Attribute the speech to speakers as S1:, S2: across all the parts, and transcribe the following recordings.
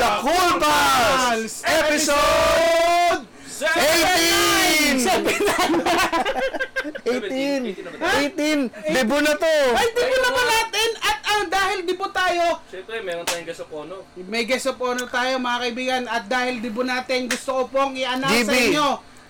S1: Pang Pals! Episode 18! 18! 18! Debo na to!
S2: Ay, di ko naman natin! At ah, dahil dibo tayo,
S3: Siyempre, meron tayong guest of honor.
S2: may guest of honor tayo mga kaibigan. At dahil dibo natin, gusto ko pong i-announce sa
S1: GB.
S2: inyo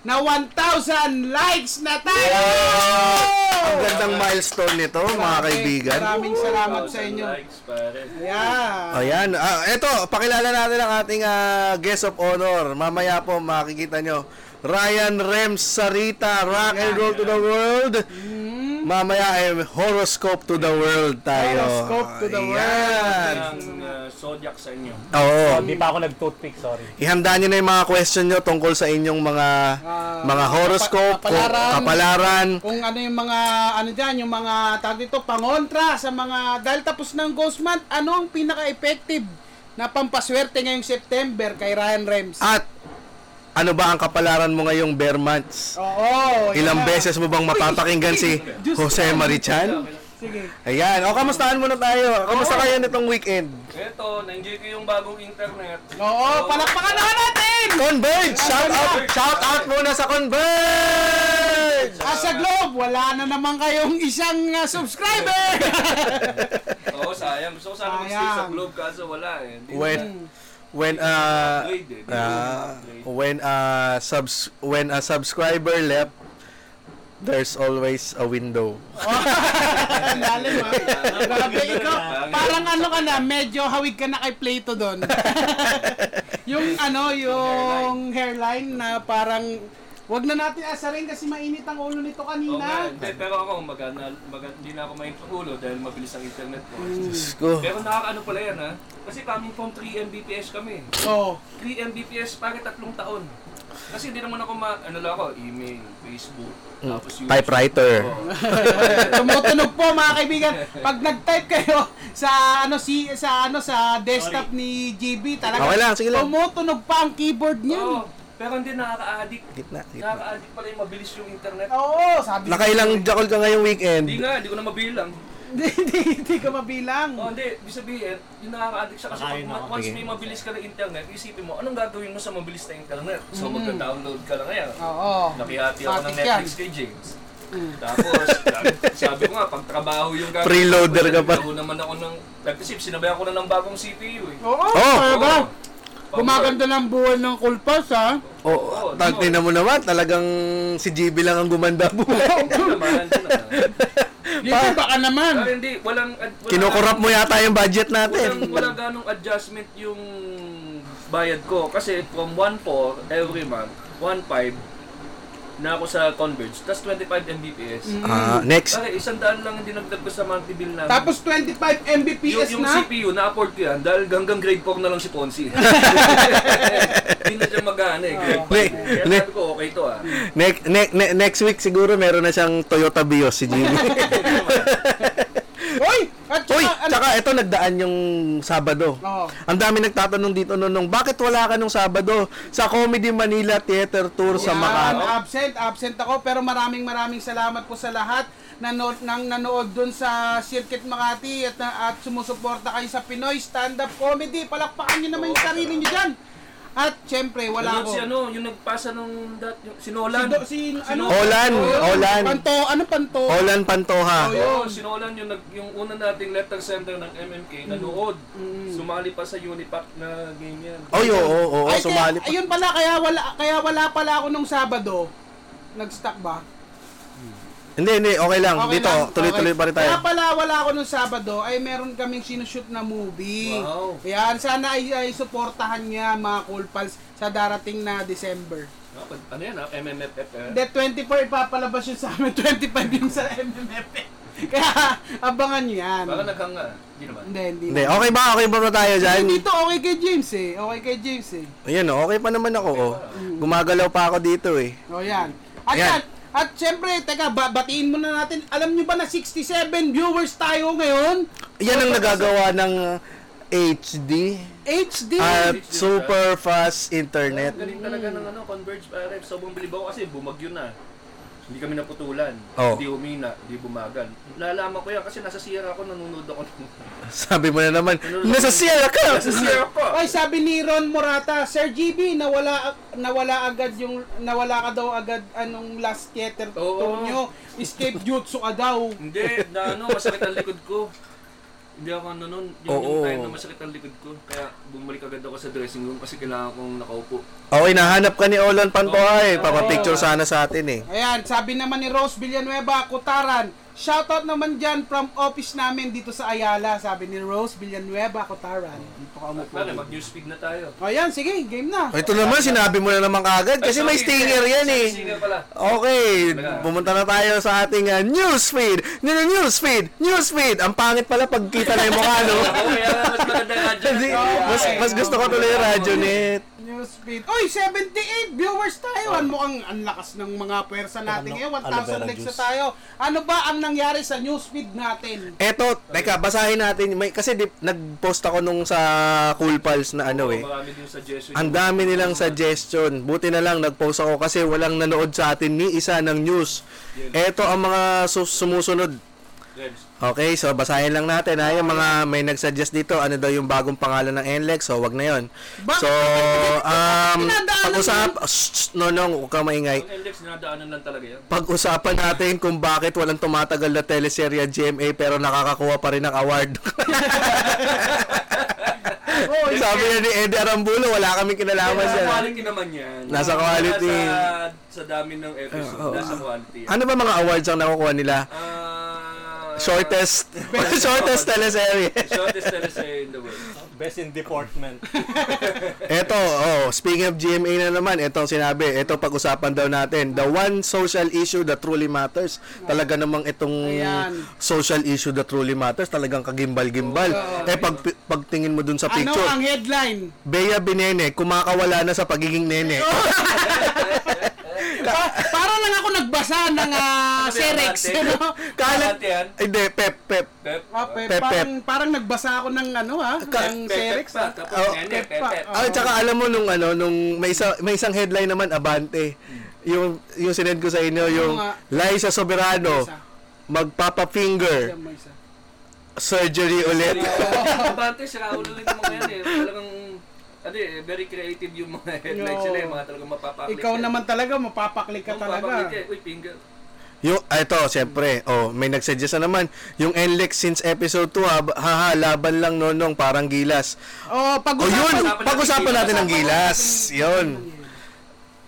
S2: na 1,000 likes na tayo!
S1: Yeah! Ang gandang milestone nito, mga
S2: Grabe,
S1: kaibigan.
S2: Maraming salamat sa
S3: 1,000
S2: inyo.
S3: likes, pare.
S2: Yeah.
S1: Ayan, ah, eto, pakilala natin ang ating ah, guest of honor. Mamaya po makikita nyo. Ryan Rems Sarita, Rock and Roll to the World.
S2: Mm-hmm.
S1: Mamaya ay Horoscope to the World tayo.
S2: Horoscope to the world.
S1: Ayan.
S3: Ang uh, zodiac sa inyo.
S1: Oo.
S4: Hindi Oh, pa ako nag-toothpick, sorry.
S1: Ihanda nyo na yung mga question nyo tungkol sa inyong mga
S2: Ah,
S1: mga horoscope,
S2: kapa- kapalaran.
S1: kung- kapalaran.
S2: Kung ano yung mga, ano dyan, yung mga, tawag dito, pangontra sa mga, dahil tapos ng Ghost Month, ano ang pinaka-effective na pampaswerte ngayong September kay Ryan Rems?
S1: At ano ba ang kapalaran mo ngayong bear months?
S2: Oo. yun
S1: Ilang
S2: na.
S1: beses mo bang mapapakinggan si
S2: Oh, Diyos
S1: Jose Marichan?
S2: Sige.
S1: Ayan. O, kamustahan muna tayo.
S2: Oh.
S1: Kamusta kayo nitong weekend?
S3: Ito, na-enjoy ko yung bagong internet.
S2: Oo, palakpakan naman natin!
S1: Converge! Shout out! Shout out muna sa Converge!
S2: Ah, sa Globe, wala na naman kayong isang ah, subscriber!
S3: Oo, sayang. Gusto ko sana mag-stay sa
S2: Sayang.
S3: Globe kaso wala eh. Hindi
S1: When when uh,
S3: Upgrade eh. Di
S1: uh
S3: upgrade.
S1: when uh subs when a subscriber left there's always a window.
S2: Ang lalim ha. Grabe, ikaw, parang ano ka na, medyo hawig ka na kay Plato doon. yung ano, yung hairline na parang, wag na natin asarin kasi mainit ang ulo nito
S3: Oo nga,
S2: kanina.
S3: hindi, pero ako magana, magana, hindi na ako mainit ang ulo dahil mabilis ang internet ko.
S1: Diyos ko.
S3: Pero nakakaano pala yan ha? Kasi coming from 3 Mbps kami.
S2: Oo.
S3: 3 Mbps para tatlong taon. Kasi hindi naman ako ma... Ano lang ako, email, Facebook, tapos YouTube.
S1: Mm. Typewriter.
S3: Oo.
S2: Tumutunog po mga kaibigan. Pag nag-type kayo sa ano si sa ano sa desktop ni GB talaga.
S1: Okay lang, sige lang.
S2: Tumutunog pa ang keyboard niya.
S3: Oo, pero hindi nakaka-addict.
S1: Gitna, gitna.
S3: Nakaka-addict pala yung mabilis yung internet.
S2: Oo, sabi
S1: Nakailang jackal ka ngayong weekend?
S3: Hindi nga, hindi ko na mabilang.
S2: Hindi, hindi, hindi ka mabilang.
S3: Oh, hindi, ibig sabihin, yung nakaka-addict siya kasi
S4: Nakain
S3: pag,
S4: ako.
S3: once
S1: Sige.
S3: may mabilis ka na internet, isipin mo, anong gagawin mo sa mabilis na internet? So, magka-download ka lang ngayon.
S2: Mm. Oo.
S3: Nakihati ako ng
S2: Matik yan. Mm.
S3: Netflix kay James. Tapos, sabi- sabi ko nga, pag trabaho yung gagawin.
S1: Preloader ka pa.
S3: Naglaho naman ako ng, nag-isip, sinabayan ko na ng bagong CPU eh.
S2: Oo,
S1: Oh.
S2: kaya ba?
S3: Oo.
S2: Gumaganda ng buwan ng Kulpas, ha?
S3: Oo,
S1: Oh, tag
S3: di
S1: na mo naman, talagang si GB lang ang gumanda buhay.
S3: Hindi naman, hindi naman.
S2: Dito baka naman.
S3: Pero hindi, walang... ad- walang-
S1: Kinukurap mo yata yung budget
S3: Walang,
S1: natin.
S3: wala ganong adjustment yung bayad ko. Kasi from 1.4 every month, 1.5 na ako sa Converge. Tapos 25 Mbps.
S2: Mm.
S1: Ah, next.
S3: Kaya isang daan lang ang dinagdag ko sa monthly bill namin.
S2: Tapos 25
S3: yung,
S2: Mbps
S3: yung
S2: na.
S3: CPU, na-afford ko yan dahil hanggang grade 4 na lang si Ponzi. Hindi na siya mag-ano eh. Grade
S2: Oo.
S3: 4.
S2: Mm.
S1: Ne-
S3: Kaya
S1: ne-
S3: sabi ko, okay to ah.
S1: Next, ne- ne- next week siguro meron na siyang Toyota Vios si GB.
S2: Hoy! At saka,
S1: Uy,
S2: ano-
S1: tsaka ito nagdaan yung Sabado.
S2: Oo.
S1: Ang dami nagtatanong dito noon, nung, bakit wala ka nung Sabado sa Comedy Manila Theater Tour sa ano?
S2: Yan,
S1: Makati?
S2: Absent, absent ako. Pero maraming maraming salamat po sa lahat nanood, nang nanood dun sa Circuit Makati at, na- at sumusuporta kayo sa Pinoy Stand-Up Comedy. Palakpakan nyo naman yung sarili nyo dyan. At syempre, wala
S3: Nanood
S2: ako.
S3: si ano, yung nagpasa nung dat, yung, si
S2: Si,
S3: Nolan.
S2: do, si, ano?
S1: Olan, Olan.
S2: Panto, ano panto?
S1: Olan Pantoha.
S3: Oo, oh, sinulan yung, nag, yung una nating letter sender ng MMK, nanood. Sumali pa sa Unipack na game yan.
S1: Oy, oo, oo, oo,
S2: Oh, Ay,
S1: sumali
S2: kaya,
S1: pa.
S2: ayun pala, kaya wala, kaya wala pala ako nung Sabado. Nag-stuck ba?
S1: Hindi, hindi, okay lang.
S2: Okay
S1: dito,
S2: lang,
S1: tuloy-tuloy
S2: okay.
S1: pa rin tayo.
S2: Kaya pala wala ako nung Sabado ay meron kaming sinushoot na movie.
S3: Wow.
S2: Yan, sana ay, ay suportahan niya mga Cool Pals sa darating na December.
S3: Dapat, ano yan ah, MMFF eh.
S2: Hindi, 24 ipapalabas yun sa amin, 25 yung sa MMF. Kaya abangan niyo yan.
S3: Baka naghanga. Hindi naman.
S2: Hindi, hindi.
S1: Hindi, okay ba? Okay ba ba tayo dyan?
S2: Hindi, Dito okay kay James eh. Okay kay James eh.
S1: Ayan, oh, okay pa naman ako. Oh. Gumagalaw pa ako dito eh.
S2: O Oh, yan. At
S1: Ayan.
S2: yan. At syempre, teka, ba- batiin muna natin. Alam nyo ba na 67 viewers tayo ngayon?
S1: Yan ang nagagawa ng HD
S2: HD.
S1: at super fast internet.
S3: Ang galing talaga ng ano, Converge pare. Sobrang bilib ako kasi bumagyo na. Hindi kami naputulan.
S1: Oh.
S3: Hindi humina, hindi bumagal. Lalaman ko yan kasi nasa Sierra ako, nanonood ako. ng-
S1: Sabi mo na naman, nasa Sierra ka!
S3: nasa Sierra ko!
S2: Ay, sabi ni Ron Morata, Sir GB, nawala nawala agad yung nawala ka daw agad anong last theater
S3: Oo.
S2: tour nyo. Escape jutsu ka daw.
S3: Hindi, na ano, masakit ang likod ko. Hindi ako ano nun. Yun yung
S1: Oo.
S3: time na masakit ang likod ko. Kaya bumalik agad ako sa dressing room kasi kailangan kong nakaupo.
S1: Okay, nahanap ka ni Olan Pantoy.
S3: Oo.
S1: Papapicture sana sa atin eh.
S2: Ayan, sabi naman ni Rose Villanueva, Kutaran, shoutout naman dyan from office namin dito sa Ayala, sabi ni Rose Villanueva, Kutaran. Dito ka umupo.
S3: Kaya mag-newspeed na tayo.
S2: Ayan, sige, game na.
S1: Ito naman, sinabi mo na naman kagad kasi
S3: Ay,
S1: may
S3: sorry,
S1: stinger yan
S3: sorry,
S1: eh.
S3: Stinger pala.
S1: Okay,
S3: Talaga.
S1: pumunta na tayo sa ating ah, newsfeed. Nyo- Newsfeed! Newsfeed! Ang pangit pala pagkita na yung mukha, no?
S3: Oo, kaya nga mas maganda nga dyan.
S1: Kasi
S2: Oo,
S1: mas,
S2: eh.
S1: mas gusto ko tuloy yung radyo net.
S2: Newsfeed. Oy, 78 viewers tayo. Ano mukhang ang lakas ng mga pwersa natin ngayon. 1,000 likes na tayo. Ano ba ang nangyari sa newsfeed natin?
S1: Eto, teka, basahin natin. May, kasi di, nag-post ako nung sa Cool Pals na ano eh.
S3: Marami din suggestion.
S1: Ang dami nilang suggestion. Buti na lang nag-post ako kasi walang nanood sa atin ni isa ng news. Eto ang mga su- sumusunod.
S3: Rebs.
S1: Okay, so basahin lang natin ha. Yung mga may nagsuggest dito, ano daw yung bagong pangalan ng NLEX, so wag na yon.
S2: Bakit?
S1: So, um,
S2: Pinadaanan
S1: pag-usap, Shh, shh, no, no, huwag kang maingay.
S3: Ang LX, dinadaanan lang talaga yan.
S1: Pag-usapan natin kung bakit walang tumatagal na teleserya GMA pero nakakakuha pa rin ng award.
S2: Oh,
S1: Sabi na ni Eddie Arambulo, wala kaming kinalaman
S3: Nasa
S1: siya.
S3: quality naman yan.
S1: Nasa quality.
S3: Nasa- sa dami ng episode, nasa quality yan.
S1: Ano ba mga awards ang nakukuha nila?
S3: Ah,
S1: Shortest, shortest teleserye.
S3: Shortest teleserye in the world.
S4: Best in department.
S1: Eto, oh, speaking of GMA na naman, etong sinabi, eto pag-usapan daw natin, the one social issue that truly matters. Talaga namang itong
S2: Ayan.
S1: social issue that truly matters, talagang kagimbal-gimbal. eh, pag, pagtingin mo dun sa
S2: ano
S1: picture,
S2: ang headline?
S1: Bea Binene, kumakawala na sa pagiging nene.
S2: Pa- para lang ako nagbasa ng ah,
S3: Ano ba yan,
S2: Serex.
S3: ate?
S2: Ano?
S1: Kala,
S3: Ate yan?
S1: hindi, pep, pep.
S3: Pep.
S2: Ah, pe-
S1: Pep, pep.
S2: parang, parang nagbasa ako ng ano ha, ng
S3: Pep, pep
S2: Serex.
S3: pa.
S2: ah.
S3: Tapos
S1: Oh.
S3: nene,
S2: Pep pa.
S3: pep.
S2: Oh.
S1: Ah, tsaka alam mo nung ano, nung may isang, may isang headline naman, Abante. Yung, yung sinend ko sa inyo, yung
S2: nga.
S1: Liza Soberano,
S2: Liza.
S1: magpapa-finger,
S2: Yan mo isa.
S1: surgery ulit.
S2: ah.
S3: Abante, sira ulo lang yung mga yan eh. Talagang, ano eh, very creative yung mga headlines
S2: No.
S3: sila eh. Mga talagang mapapaklik.
S2: Ikaw
S3: yan.
S2: naman talaga, mapapaklik ka
S3: Kung papaklik
S2: talaga.
S3: eh, Uy, finger.
S1: Yung, ah, ito, siyempre, oh, may nagsuggest na naman, yung NLEX since episode 2, ha, haha, laban lang nonong, parang gilas.
S2: Oh,
S1: O yun,
S2: pag-usapan.
S1: pag-usapan natin ang gilas. Yun.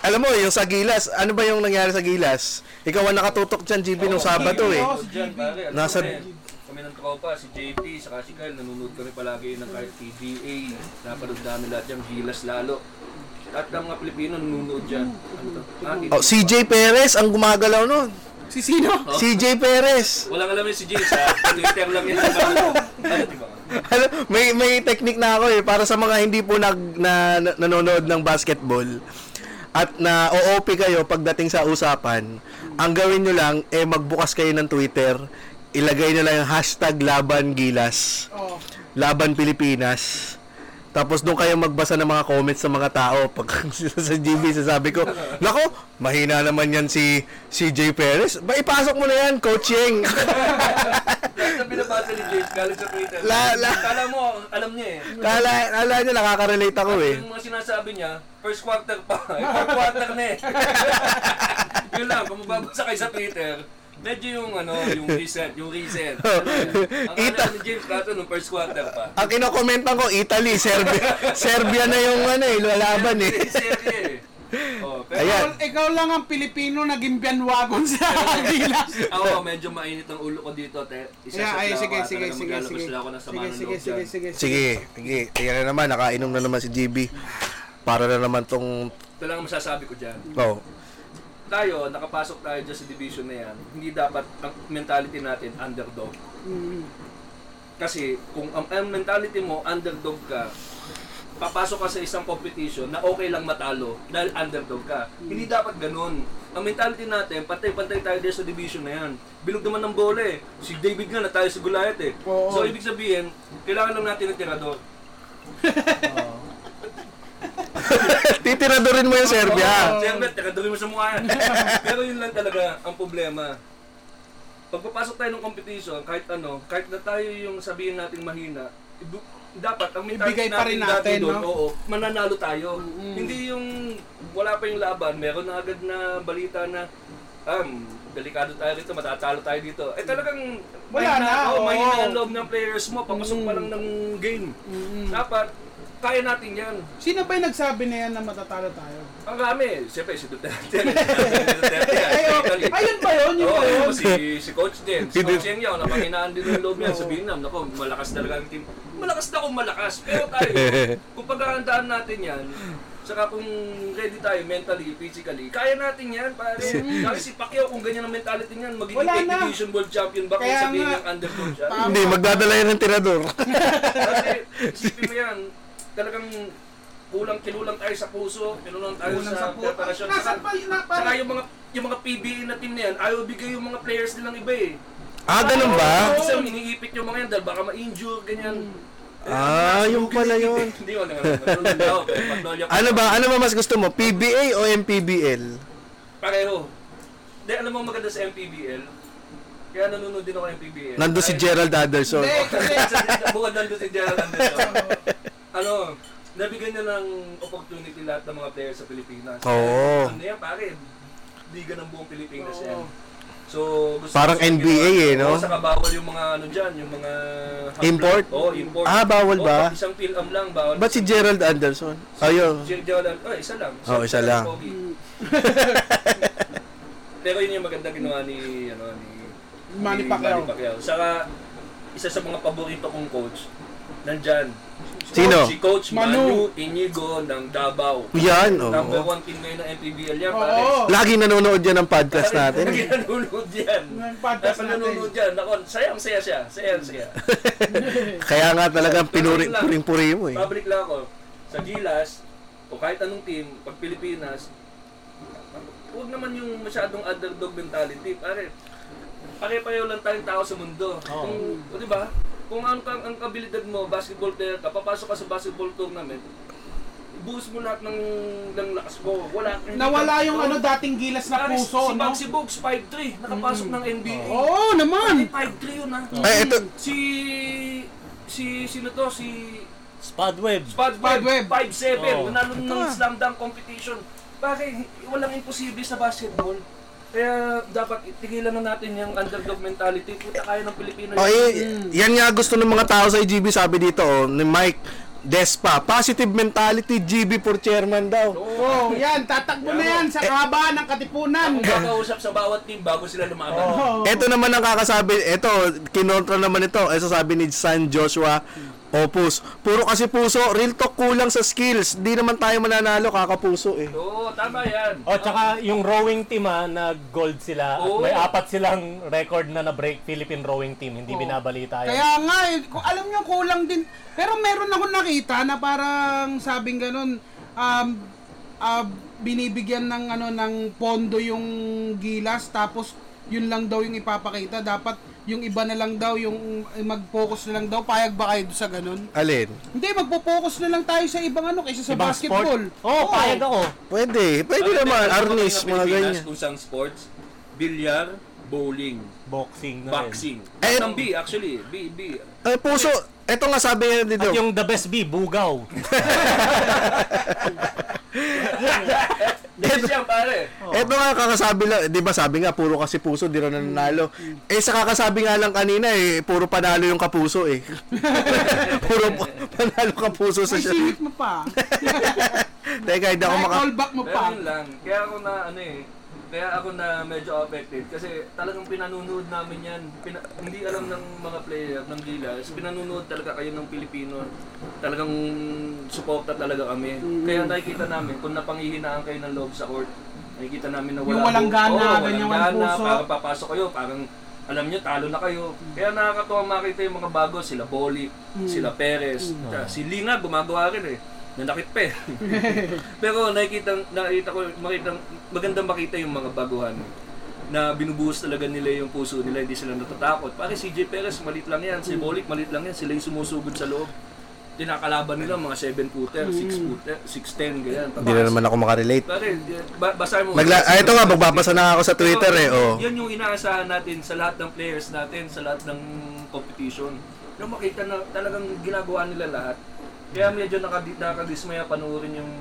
S1: Alam mo, yung sa gilas, ano ba yung nangyari sa gilas? Ikaw ang nakatutok dyan, GB, nung Sabado eh.
S3: Oh,
S2: Oo, si
S3: dyan,
S2: JB.
S3: pare. Ano
S1: Nasa-
S3: kami? Kami ng tropa, si JP, saka si Kyle, nanonood kami palagi ng kahit PGA. Napanood namin lahat yung gilas lalo. Lahat ng mga Pilipino nanonood dyan. Ano to? Ah, hindi.
S1: Oh, CJ Perez ang gumagalaw nun.
S2: Si sino?
S1: CJ Perez.
S3: Walang alam yun si James ha. Twitter lang yan. Ano, di ba?
S1: Ano, may may technique na ako eh para sa mga hindi po nag na, na- nanonood ng basketball at na OOP kayo pagdating sa usapan. Ang gawin nyo lang eh magbukas kayo ng Twitter, ilagay nyo lang yung hashtag laban gilas,
S2: Oh.
S1: laban Pilipinas. Tapos doon kayo magbasa ng mga comments ng mga tao. Pag sila sa GB, sasabi ko, Nako, mahina naman yan si CJ Perez. Ba, ipasok mo na yan, coaching.
S3: Lahat na binabasa ni James galing sa Twitter.
S1: La- la-
S3: Kala mo, alam niya eh.
S1: kala, kala nyo, nakaka-relate ako eh.
S3: Yung mga sinasabi niya, first quarter pa. eh, Fourth quarter na eh. Yun lang, kung mababasa kayo sa Twitter, medyo yung ano, yung reset, yung reset.
S2: Oh.
S3: Ano yun? Ang
S1: Ita-
S3: alam ni James Lato nung first quarter pa.
S1: Ang kinokomentan ko, Italy, Serbia. Serbia na yung ano eh, lalaban eh.
S3: Serye eh. Oh, pero
S2: Ikaw,
S1: Ayan.
S2: ikaw lang ang Pilipino naging bianwagon sa gilas.
S3: Ako, medyo mainit ang ulo ko dito, te. Isa
S2: Yeah,
S3: sa
S2: ay,
S3: tao,
S2: sige,
S3: ah,
S2: sige,
S3: talagang
S2: sige,
S3: maglalabas
S2: sige.
S3: lang ako ng sama
S2: Sige,
S3: ng
S2: sige,
S3: loob
S2: sige,
S3: dyan.
S2: sige, sige.
S1: Sige, sige. Tingnan na naman, nakainom na naman si GB. Para na naman tong...
S3: Ito lang ang masasabi ko dyan.
S1: Oh.
S3: Tayo, nakapasok tayo dyan sa division na yan. Hindi dapat ang mentality natin underdog.
S2: Mm.
S3: Kasi kung ang, ang mentality mo, underdog ka, papasok ka sa isang competition na okay lang matalo dahil underdog ka.
S2: Mm.
S3: Hindi dapat ganun. Ang mentality natin, pantay-pantay tayo din sa division na yan. Bilog naman ng bola eh. Si David nga natalo sa Goliath eh.
S2: Oo.
S3: So ibig sabihin, kailangan lang natin ng tirador.
S1: Titiradorin mo yung Serbia.
S3: Oo, Serbia, teka dumi mo sa mukha yan. Pero yun lang talaga ang problema. Pagpapasok tayo ng competition, kahit ano, kahit na tayo yung sabihin nating mahina, ibu- dapat ang mentality
S2: Ibigay pa rin
S3: natin dati
S2: natin,
S3: doon,
S2: no?
S3: oo, mananalo tayo. Hindi yung wala pa yung laban, meron na agad na balita na um, delikado tayo dito, matatalo tayo dito. Eh talagang mahina,
S2: Wala na,
S3: oo,
S2: oo.
S3: mahina ang loob ng players mo, papasok pa lang ng game. Dapat, kaya natin yan.
S2: Sino ba yung nagsabi na yan na matatalo tayo?
S3: Ang kami, siyempre si Duterte. Si Duterte yan.
S2: Ay, oh,
S3: Technically.
S2: ayun ba yun? Yun
S3: Oo,
S2: ba yun?
S3: si, si Coach din. Si Coach Yeng Yao, napanghinaan din yung loob niya sa Vietnam. Naku, malakas talaga ang team. Malakas na kung malakas. Pero tayo, kung pagkakantaan natin yan, saka kung ready tayo mentally, physically, kaya natin yan, pare. Kasi si Pacquiao, kung ganyan ang mentality niyan, magiging
S2: Wala
S3: eight
S2: na.
S3: division world champion ba kung
S2: Kaya
S3: sabihin
S2: nga.
S3: niyang underdog siya?
S2: Tama.
S1: Hindi, magdadala yan ng tirador.
S3: Kasi, isipin mo yan, talagang kulang kilulang tayo sa puso, kilulang tayo
S2: Kulang
S3: sa,
S2: sa puso.
S3: preparasyon.
S2: Nasaan
S3: Saka-
S2: pa yun? Na-
S3: Saka
S2: parang-
S3: yung mga yung mga PBA na team na yan, ayaw bigay yung mga players nilang iba eh.
S1: ah, ganun ba?
S3: Kasi iniipit yung mga yan dahil baka ma-injure, ganyan.
S1: Ah, yung pala yun.
S3: Hindi ko na nga.
S1: Ano ba? Ano ba mas gusto mo? PBA o MPBL?
S3: Pareho. Hindi, alam mo ang maganda sa MPBL? Kaya nanonood din ako ng MPBL.
S1: Nando si
S3: Dahil-
S1: Gerald Adelson.
S2: Hindi, kasi
S3: Bukod nandun si Gerald Anderson. ano, nabigyan niya ng opportunity lahat ng mga players sa Pilipinas.
S1: Oo.
S3: Ano yan, pare? Liga ng buong Pilipinas
S2: Oo.
S3: yan. So, gusto
S1: Parang
S3: gusto-
S1: NBA eh, no?
S3: Oo, oh, saka bawal yung mga ano dyan, yung mga...
S1: Import?
S3: Oo, import.
S1: Ah, bawal
S3: Oo,
S1: ba?
S3: isang film lang, bawal.
S1: Ba't si Gerald Anderson? Ayun.
S3: Si Gerald, oh, isa lang.
S1: Oo, isa lang.
S3: Pogi. Pero yun yung maganda ginawa ni, ano, ni
S2: Manny
S3: ni
S2: Pacquiao.
S3: Manny Pacquiao. Saka, isa sa mga paborito kong coach, nandyan.
S1: Sino?
S3: Si Coach Manu,
S2: Manu.
S3: Inigo ng Davao.
S1: Yan, oh. oo.
S3: Number one team ngayon ng MPBL yan, pare.
S2: Oo.
S1: Lagi nanonood yan ng podcast natin.
S3: Lagi nanonood yan.
S2: Ng podcast
S3: Lagi nanonood yan. Ako, sayang saya siya. Sayang saya.
S1: Kaya nga talagang pinuri-puring-puri mo eh.
S3: Public lang ako. Sa Gilas, o kahit anong team, pag Pilipinas, huwag naman yung masyadong underdog mentality. Pare, pare-pareho lang tayong tao sa mundo. Kung, o, di ba? Kung ano ka, ang abilidad mo, basketball player ka, papasok ka sa basketball tournament, buhos mo lahat ng, ng lakas mo. Wala. hindi
S2: Nawala
S3: ka-
S2: yung
S3: Oo.
S2: ano dating gilas na
S3: Pare,
S2: puso,
S3: Si
S2: no? Mm.
S3: Maxi Bogues, 5'3", nakapasok ng NBA.
S2: Oo naman!
S3: 5'3 yun, ha?
S1: Ay, ito.
S3: Si... Si... Sino to? Si...
S4: Spadweb.
S3: Spud
S2: Spud
S3: Web,
S2: Web.
S3: 5'7",
S4: Oo.
S3: nanalo ng slam dunk competition. Bakit? Walang imposible sa basketball. Kaya dapat tigilan na natin yung underdog mentality. Puta kaya ng Pilipino.
S1: O,
S3: yun.
S1: eh, yan nga gusto ng mga tao sa IGB sabi dito oh, ni Mike Despa. Positive mentality, GB for chairman daw.
S2: Oo, yan, tatakbo na yan
S3: eh,
S2: sa kaba ng katipunan.
S3: Kung kakausap sa bawat team bago sila lumaban.
S2: Oo.
S1: Ito naman ang kakasabi, ito, kinontra naman ito. Ito sabi ni San Joshua Opus. Puro kasi puso, real talk kulang sa skills. Di naman tayo mananalo, kakapuso eh.
S3: Oo, tama yan.
S1: Oh,
S4: O, Oh, tsaka yung rowing team ha, nag-gold sila. At
S3: Oo.
S4: may apat silang record na na-break Philippine rowing team. Hindi binabalita yun.
S2: Kaya nga, eh, ku- alam nyo, kulang din. Pero meron akong nakita na parang sabing ganun, um, ah, binibigyan ng ano ng pondo yung gilas tapos yun lang daw yung ipapakita dapat yung iba na lang daw yung eh, mag-focus na lang daw payag ba kayo sa ganun
S1: Alin?
S2: hindi magpo-focus na lang tayo sa ibang ano kaysa sa
S4: Ibang
S2: basketball
S4: sport. Oo, oh, payag ako.
S1: Pwede, pwede
S3: Ang
S1: naman.
S3: meron sa
S1: Arnis,
S3: Pilipinas
S1: mga ganyan.
S3: Kung saan sports, bilyar, bowling,
S4: Boxing na rin.
S3: boxing.
S1: Eh,
S3: At ang B, actually. B, B.
S1: Eh, puso, ito nga sabi niya dito.
S4: At yung the best B, bugaw.
S3: Hindi siya, pare.
S1: Oh. Eto nga kakasabi lang, 'di ba sabi nga puro kasi puso di raw nananalo. Eh sa kakasabi nga lang kanina eh puro panalo yung kapuso eh. puro pa- panalo kapuso
S2: ay
S1: sa siya.
S2: singit mo pa
S1: Teka, hindi ako
S2: ay
S1: maka
S2: callback mo
S3: Pero
S2: pa
S3: yun lang. Kaya ako na ano eh. Kaya ako na medyo affected kasi talagang pinanunood namin yan. Pina- hindi alam ng mga player ng Gilas. Pinanunood talaga kayo ng Pilipino. Talagang suporta talaga kami.
S2: Mm-hmm.
S3: Kaya nakikita namin kung napangihinaan kayo ng loob sa court. Nakikita namin na wala
S2: Yung walang gana,
S3: Oo, walang
S2: ganyan, walang
S3: gana.
S2: puso.
S3: Parang papasok kayo, parang alam nyo, talo na kayo. Kaya nakakatuwa makita yung mga bago, sila Boli, sila Perez, tsaka si Lina gumagawa rin eh. Nanakit pa eh. Pero nakikita, nakita ko, makita, magandang makita yung mga baguhan na binubuhos talaga nila yung puso nila, hindi sila natatakot. Pare si J. Perez, malit lang yan. Si Bolick, malit lang yan. Sila yung sumusugod sa loob. tinakalaban nila mga 7-footer, 6-footer, 6'10, ganyan.
S1: Hindi na naman ako makarelate.
S3: Pare, ba- basahin mo.
S1: Nagla- ah, ito nga, magbabasa na ako sa Twitter eh. Oh.
S3: Yan yung inaasahan natin sa lahat ng players natin, sa lahat ng competition. Pero makita na talagang ginagawa nila lahat. Kaya medyo nakadi- nakadismaya panoorin yung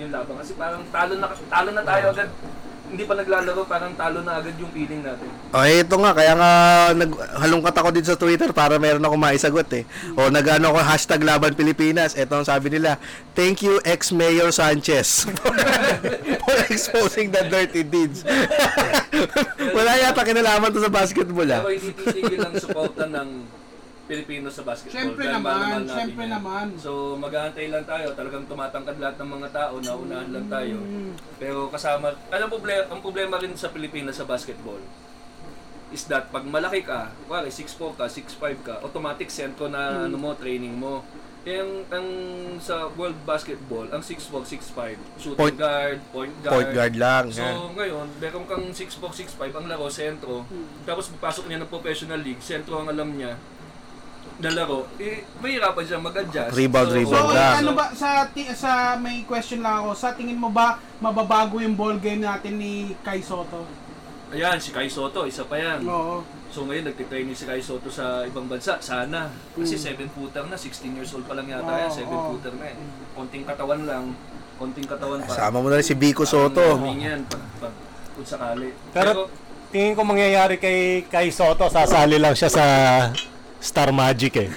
S3: yung laban kasi parang talo na talo na tayo agad. Hindi pa naglalaro, parang talo na agad yung feeling natin.
S1: Oh, eh, ito nga, kaya nga naghalungkat ako dito sa Twitter para meron ako maisagot eh. O, nagano ako, hashtag Laban Pilipinas. Ito ang sabi nila, thank you ex-Mayor Sanchez for, for exposing the dirty deeds. Wala yata kinalaman to sa basketball ah.
S3: Pero hindi titigil ang suporta ng Pilipino sa basketball.
S2: Siyempre
S3: Dahil
S2: naman,
S3: mahal-mahal natin
S2: siyempre
S3: yan.
S2: naman.
S3: So, mag-aantay lang tayo. Talagang tumatangkad lahat ng mga tao, naunahan lang
S2: Mm.
S3: tayo. Pero kasama, alam problema, ang problema rin sa Pilipinas sa basketball is that pag malaki ka, kuwari 6'4 ka, 6'5 ka, automatic sentro
S2: Mm.
S3: na ano mo, training mo. Kaya ang, ang sa world basketball, ang 6'4, 6'5, shooting
S1: Point-
S3: guard, point guard,
S1: Point guard lang.
S3: So ngayon, meron kang 6'4", 6'5", ang laro, sentro.
S2: Hmm.
S3: Tapos papasok niya ng professional league, sentro ang alam niya na laro. Eh, mahirapan siya mag-adjust.
S2: So,
S1: Rebound, rebound
S2: eh,
S1: lang.
S2: ano ba sa ti- sa may question lang ako, sa tingin mo ba mababago yung ball game natin ni Kai Soto?
S3: Ayan, si Kai Soto, isa pa yan.
S2: Oo.
S3: So ngayon, nagtitraining si Kai Soto sa ibang bansa. Sana. Kasi
S2: Hmm.
S3: 7-footer na, 16 years old pa lang yata
S2: Oo,
S3: yan, 7-footer na eh. Konting katawan lang, konting katawan pa.
S1: Sama mo na rin si Biko
S3: Parang
S1: Soto.
S3: nalamin yan, pag, pag, kung sakali.
S4: Pero tingin ko mangyayari kay kay Soto, sasali lang siya sa Star Magic eh.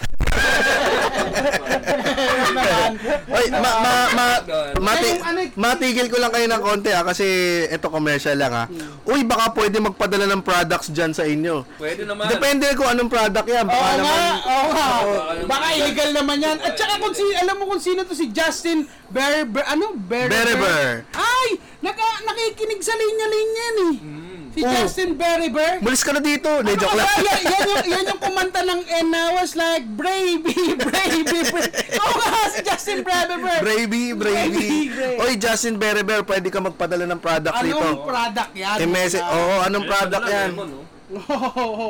S1: Oy, ma, ma, ma, mati,
S2: Anong- anong-
S1: matigil ko lang kayo ng konti ah, kasi ito commercial lang ah. Uy, baka pwede magpadala ng products dyan sa inyo.
S3: pwede naman.
S1: Depende kung anong product yan. Baka
S2: Oo nga,
S1: naman,
S2: oo nga.
S3: naman-
S2: Baka illegal naman yan. At saka kung si, alam mo kung sino to si Justin Ber, Ber ano? Ber,
S1: Bereber.
S2: Ay! Naka, nakikinig sa linya-linya ni.
S3: Mm.
S2: Si
S1: Oo.
S2: Justin Beriber.
S1: Mulis ka na dito.
S2: Ano
S1: Hindi, joke lang.
S2: yan, yan, yung, yan yung kumanta ng And I was like, Bravey, Bravey, Bravey. Oo nga, si Justin Beriber.
S1: Bravey, Bravey.
S2: Bravey.
S1: Oy, Justin Bereber, pwede ka magpadala ng product dito.
S2: Anong product yan? Ah.
S1: I-message. Oo, anong
S3: Kaya
S1: product
S3: sana
S1: yan?
S3: lemon, no?
S2: Oo.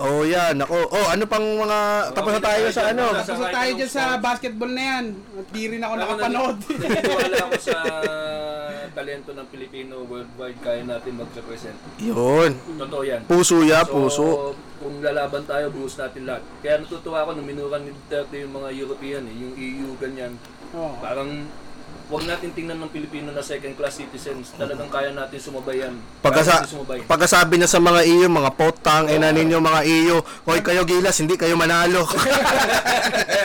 S1: Oo, yan. Ako. Oh, ano pang mga... Tapos na tayo sa ano?
S2: Tapos na tayo dyan sa basketball na yan. At di rin ako
S3: Ako
S2: nakapanood.
S3: nani- naniniwala ako sa talento ng Pilipino worldwide, kaya natin mag-represent.
S1: Yun.
S3: Totoo yan.
S1: Puso ya, puso.
S3: kung lalaban tayo, buhos natin lahat. Kaya natutuwa ako nung minuran ni Duterte yung mga European, eh, yung EU, ganyan.
S2: Oo.
S3: Parang huwag natin tingnan ng Pilipino na second class citizens. Talagang kaya natin sumabayan.
S1: Pagkasa
S3: sumabay.
S1: pagkasabi niya sa mga iyo, mga potang, ina ninyo mga iyo, hoy kayo gilas, hindi kayo manalo.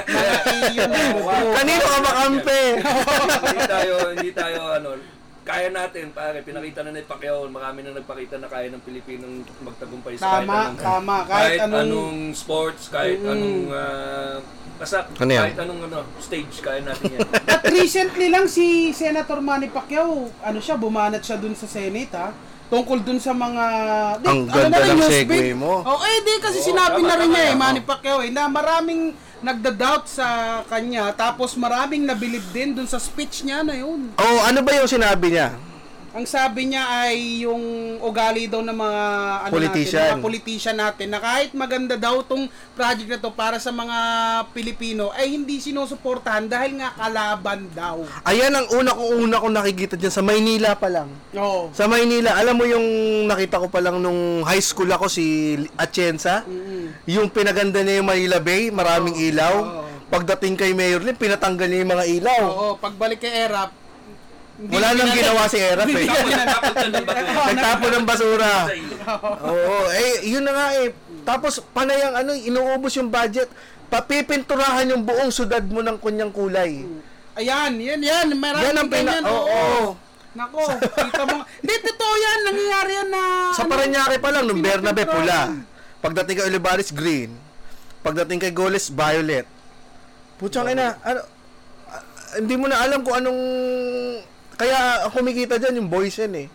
S1: Kanino ka ba kampe?
S3: hindi tayo, hindi tayo ano, kaya natin pare, pinakita na ni Pacquiao, marami na nagpakita na kaya ng Pilipinong magtagumpay sa kahit
S2: Tama,
S3: anong,
S2: tama. Kahit
S3: kahit
S2: anong-
S3: anong, Mm. sports, kahit anong ah, basta
S1: Ano yan?
S3: kahit anong ano, stage kaya natin yan.
S2: At recently lang si Senator Manny Pacquiao, ano siya, bumanat siya dun sa Senate ha. Tungkol dun sa mga... Di, ano
S1: Ang ganda ng segue mo.
S2: Oh, eh, di kasi
S3: Oo,
S2: sinabi
S3: tama,
S2: na rin
S3: tama,
S2: niya eh,
S3: tama.
S2: Manny Pacquiao eh, na maraming nagda-doubt sa kanya. Tapos maraming nabilib din dun sa speech niya na yun.
S1: Oh, ano ba yung sinabi niya?
S2: Ang sabi niya ay yung ugali daw ng mga ano
S1: Politician.
S2: natin, mga politician natin na kahit maganda daw tong project na to para sa mga Pilipino ay hindi sinusuportahan dahil nga kalaban daw.
S1: Ayan ang una kong una kong nakikita dyan sa Maynila pa lang.
S2: Oo.
S1: Sa Maynila, alam mo yung nakita ko pa lang nung high school ako si Atienza, yung pinaganda niya yung Manila Bay, maraming ilaw.
S2: Mm. oo.
S1: Pagdating kay Mayor Lim, pinatanggal niya yung mga ilaw.
S2: Oo, pagbalik kay Erap. hindi
S1: Wala nang
S2: pinansin.
S1: ginawa si Erap eh.
S3: Tapos nakapunta na ba kayo?
S1: Nagtapo ng basura.
S3: Sa inyo.
S1: Oo, eh, yun na nga eh. Tapos, panay ang ano, inuubos yung budget. Papipinturahan yung buong sudad mo ng kunyang kulay.
S2: Ayan, yan, yan. Maraming
S1: Yan ang pina-
S2: ganyan. oh.
S1: oo, oo.
S2: Nako, kita mo. Hindi, totoo yan. Nangyayari yan na...
S1: Sa
S2: ano,
S1: Paranaque pa lang, nung Bernabe, pula.
S2: pinapinturahan.
S1: Pagdating kay Olivares, green. Pagdating kay Goles, violet. Putsang ina, ano, ah, hindi mo na alam kung anong... Kaya ang kumikita dyan yung Boysen eh.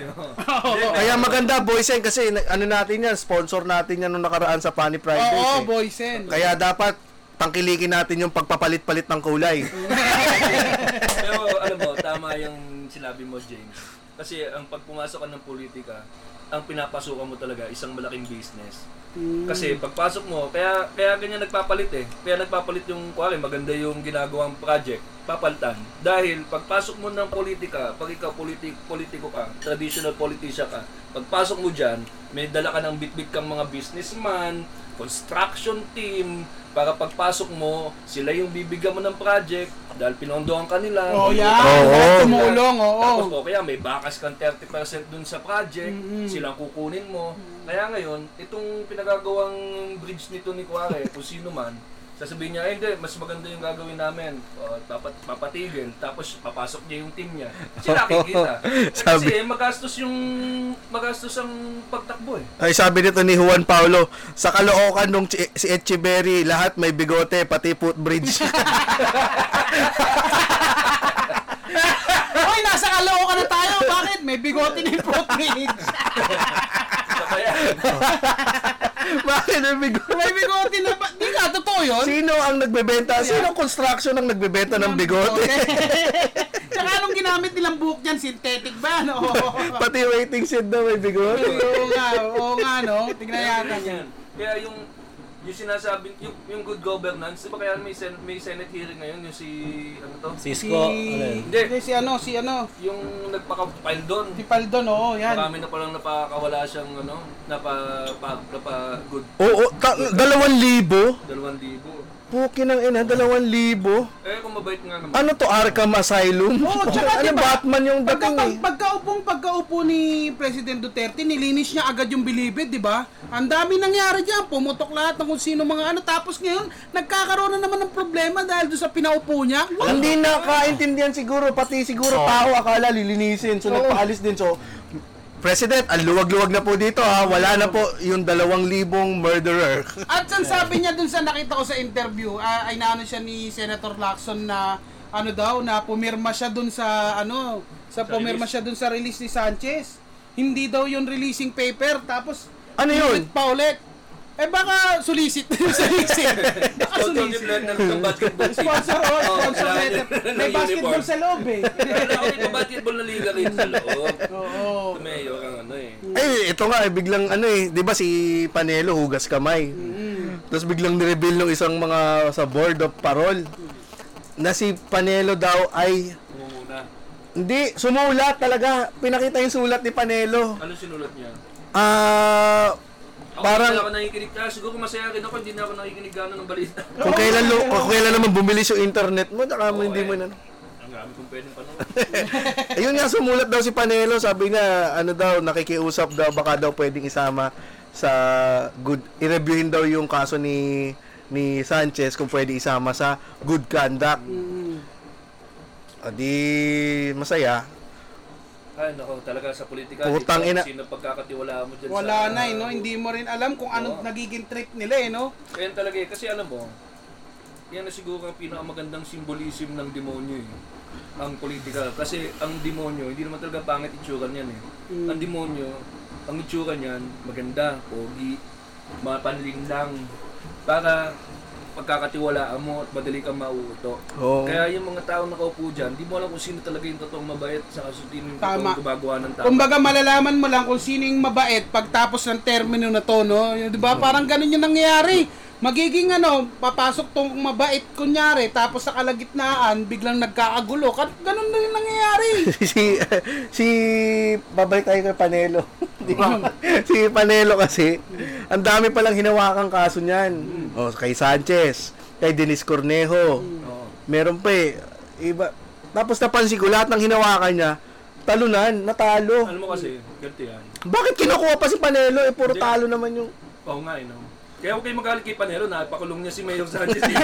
S1: Kaya maganda Boysen kasi na- ano natin yan, sponsor natin yan nung nakaraan sa Funny Fridays.
S2: Oo,
S1: eh.
S2: boysen.
S1: Kaya dapat tangkilikin natin yung pagpapalit-palit ng kulay.
S3: Pero alam mo, tama yung sinabi mo, James. Kasi ang pagpumasok ka ng politika, ang pinapasukan mo talaga isang malaking business. Kasi pagpasok mo, kaya kaya ganyan nagpapalit eh. Kaya nagpapalit yung kuwari, maganda yung ginagawang project, papalitan. Dahil pagpasok mo ng politika, pag ikaw politi- politiko ka, traditional politician ka, pagpasok mo dyan, may dala ka ng bitbit kang mga businessman, construction team, para pagpasok mo, sila yung bibigyan mo ng project dahil pinondohan ka nila.
S2: Oh, yan.
S4: Oo.
S2: Lahat Tumulong, oo.
S3: Tapos o kaya may bakas kang 30% dun sa project, silang kukunin mo. Kaya ngayon, itong pinagagawang bridge nito ni Kuware, kung sino man, sasabihin niya, "Eh, hindi, mas maganda yung gagawin namin. O, dapat papatigil. Tapos papasok niya yung team niya. Kasi nakikita. Eh,
S1: Sabi-
S3: Kasi magastos yung, magastos ang pagtakbo eh.
S1: Ay sabi nito ni Juan Paulo, sa Caloocan nung Chi- si Echeverry, lahat may bigote, pati footbridge.
S2: Hoy, nasa kalao ka na tayo. Bakit? May bigote ni Footbridge.
S3: Kaya,
S1: Bakit may bigote?
S2: May bigote na ba? Di ka, totoo yun?
S1: Sino ang nagbebenta? Sino ang construction ang nagbebenta ng bigote?
S2: Tsaka anong ginamit nilang buhok dyan? Synthetic ba? No? Oo
S1: pati waiting shed na may bigote.
S2: nga, oo nga, no? Tignan
S3: kaya
S2: yata niya.
S3: ganyan. Kaya yung, yung sinasabi, yung, yung good governance, di ba kaya may, sen- may Senate hearing ngayon, yung si, ano to?
S4: Cisco. ano yun?
S3: Hindi.
S2: Hindi, si ano, si ano.
S3: yung nagpaka-file doon.
S2: Si Paldo, no? Yan.
S3: Marami na palang napakawala siyang ano, napa, pa, napa good
S1: Oo, ta- dalawang libo.
S3: 2,000.
S1: Pukin ng ina, dalawang libo.
S3: Eh kung mabait nga naman.
S1: Ano to, Arkham Asylum?
S2: Oo, tsaka
S1: ano,
S2: diba,
S1: Batman yung
S2: Pagka,
S1: dating
S2: pag,
S1: eh.
S2: pagkaupong pagkaupo ni President Duterte, nilinis niya agad yung bilibid, di ba? Ang dami nangyari diyan, pumutok lahat ng kung sino mga ano. Tapos ngayon, nagkakaroon na naman ng problema dahil doon sa pinaupo niya. What?
S1: Hindi nakaintindihan siguro, pati siguro tao akala lilinisin. So, nagpaalis din. So, President, ang luwag-luwag na po dito ha. Wala na po yung dalawang libong murderer.
S2: At ang sabi niya dun sa nakita ko sa interview, ah, ay naano siya ni Senator Lacson na ano daw, na pumirma siya dun sa ano, sa, pumirma siya dun sa release ni Sanchez. Hindi daw yung releasing paper, tapos
S1: Ano yun?
S2: ulit pa ulit. Eh baka sulisit. sulisit. Baka
S3: Don't you
S2: sulisit.
S3: learn ng basketball team?
S2: Sponsor o,
S3: Oo,
S2: sponsor
S3: kailangan yun
S2: letter.
S3: ng
S2: May basketball
S3: uniform.
S2: sa loob eh.
S3: Pero ako yung basketball na liga rin sa loob.
S2: Oo.
S3: Mayor ang ano eh.
S1: eh, ito nga, eh, biglang ano eh. Di ba si Panelo, hugas kamay. Tapos biglang nireveal ng isang mga sa board of parol na si Panelo daw ay
S3: Mumuna.
S1: hindi, sumulat talaga. Pinakita yung sulat ni Panelo.
S3: Ano sinulat niya?
S1: Ah,
S3: Ako
S1: Parang-
S3: Parang... hindi ako nakikinig. Ah, siguro masaya rin ako, hindi na ako nakikinig gano'n ng balita.
S1: kung kailan, lu- kung kailan naman bumilis yung internet mo, baka mo
S3: Oo,
S1: hindi
S3: eh.
S1: mo na.
S3: Ang dami kong pwedeng panahon.
S1: Ayun nga, sumulat daw si Panelo. Sabi nga, ano daw, nakikiusap daw, baka daw pwedeng isama sa good, i-reviewin daw yung kaso ni ni Sanchez kung pwede isama sa good conduct.
S2: Hmm.
S1: O di, masaya.
S3: Ay, nako, talaga sa politika.
S1: Putang
S3: ikaw,
S1: ina-
S3: Sino pagkakatiwalaan mo dyan sa...
S2: Wala na eh, no? Hindi mo rin alam kung
S3: Oo.
S2: anong nagiging trip nila eh, no?
S3: Ayan talaga eh, kasi alam mo, yan na siguro ang pinakamagandang symbolism ng demonyo eh. Ang politika. Kasi ang demonyo, hindi naman talaga pangit itsura niyan eh.
S2: Mm.
S3: Ang demonyo, ang itsura niyan, maganda, pogi, mga panling lang, para pagkakatiwalaan mo at madali kang mauuto.
S1: Oo.
S3: Kaya yung mga taong nakaupo dyan, di mo alam kung sino talaga yung totoong mabait sa kasutino yung
S2: Tama.
S3: totoong gumagawa ng tama.
S2: Kumbaga malalaman mo lang kung sino yung mabait pagtapos ng termino na to, no? Yung- 'Di ba? Parang ganun yung nangyayari. Magiging ano, papasok tong mabait kunyari, tapos sa kalagitnaan, biglang nagkakagulo. Kat- Ganun na yung nangyayari.
S1: si si babalik tayo kay Panelo. Di ba? si Panelo kasi ang dami palang hinawakang kaso niyan. O kay Sanchez, kay Dennis Cornejo.
S3: Oo.
S1: Meron pa eh. Iba. Tapos napansin ko lahat ng hinawakan niya, talunan, natalo.
S3: Alam mo kasi, ganito yan.
S1: Bakit kinukuha pa si Panelo? Eh, puro talo naman yung...
S3: Oo nga eh, no? Kaya huwag kayo magalit kay Panero, napakulong niya si Mayor Sanchez. eh.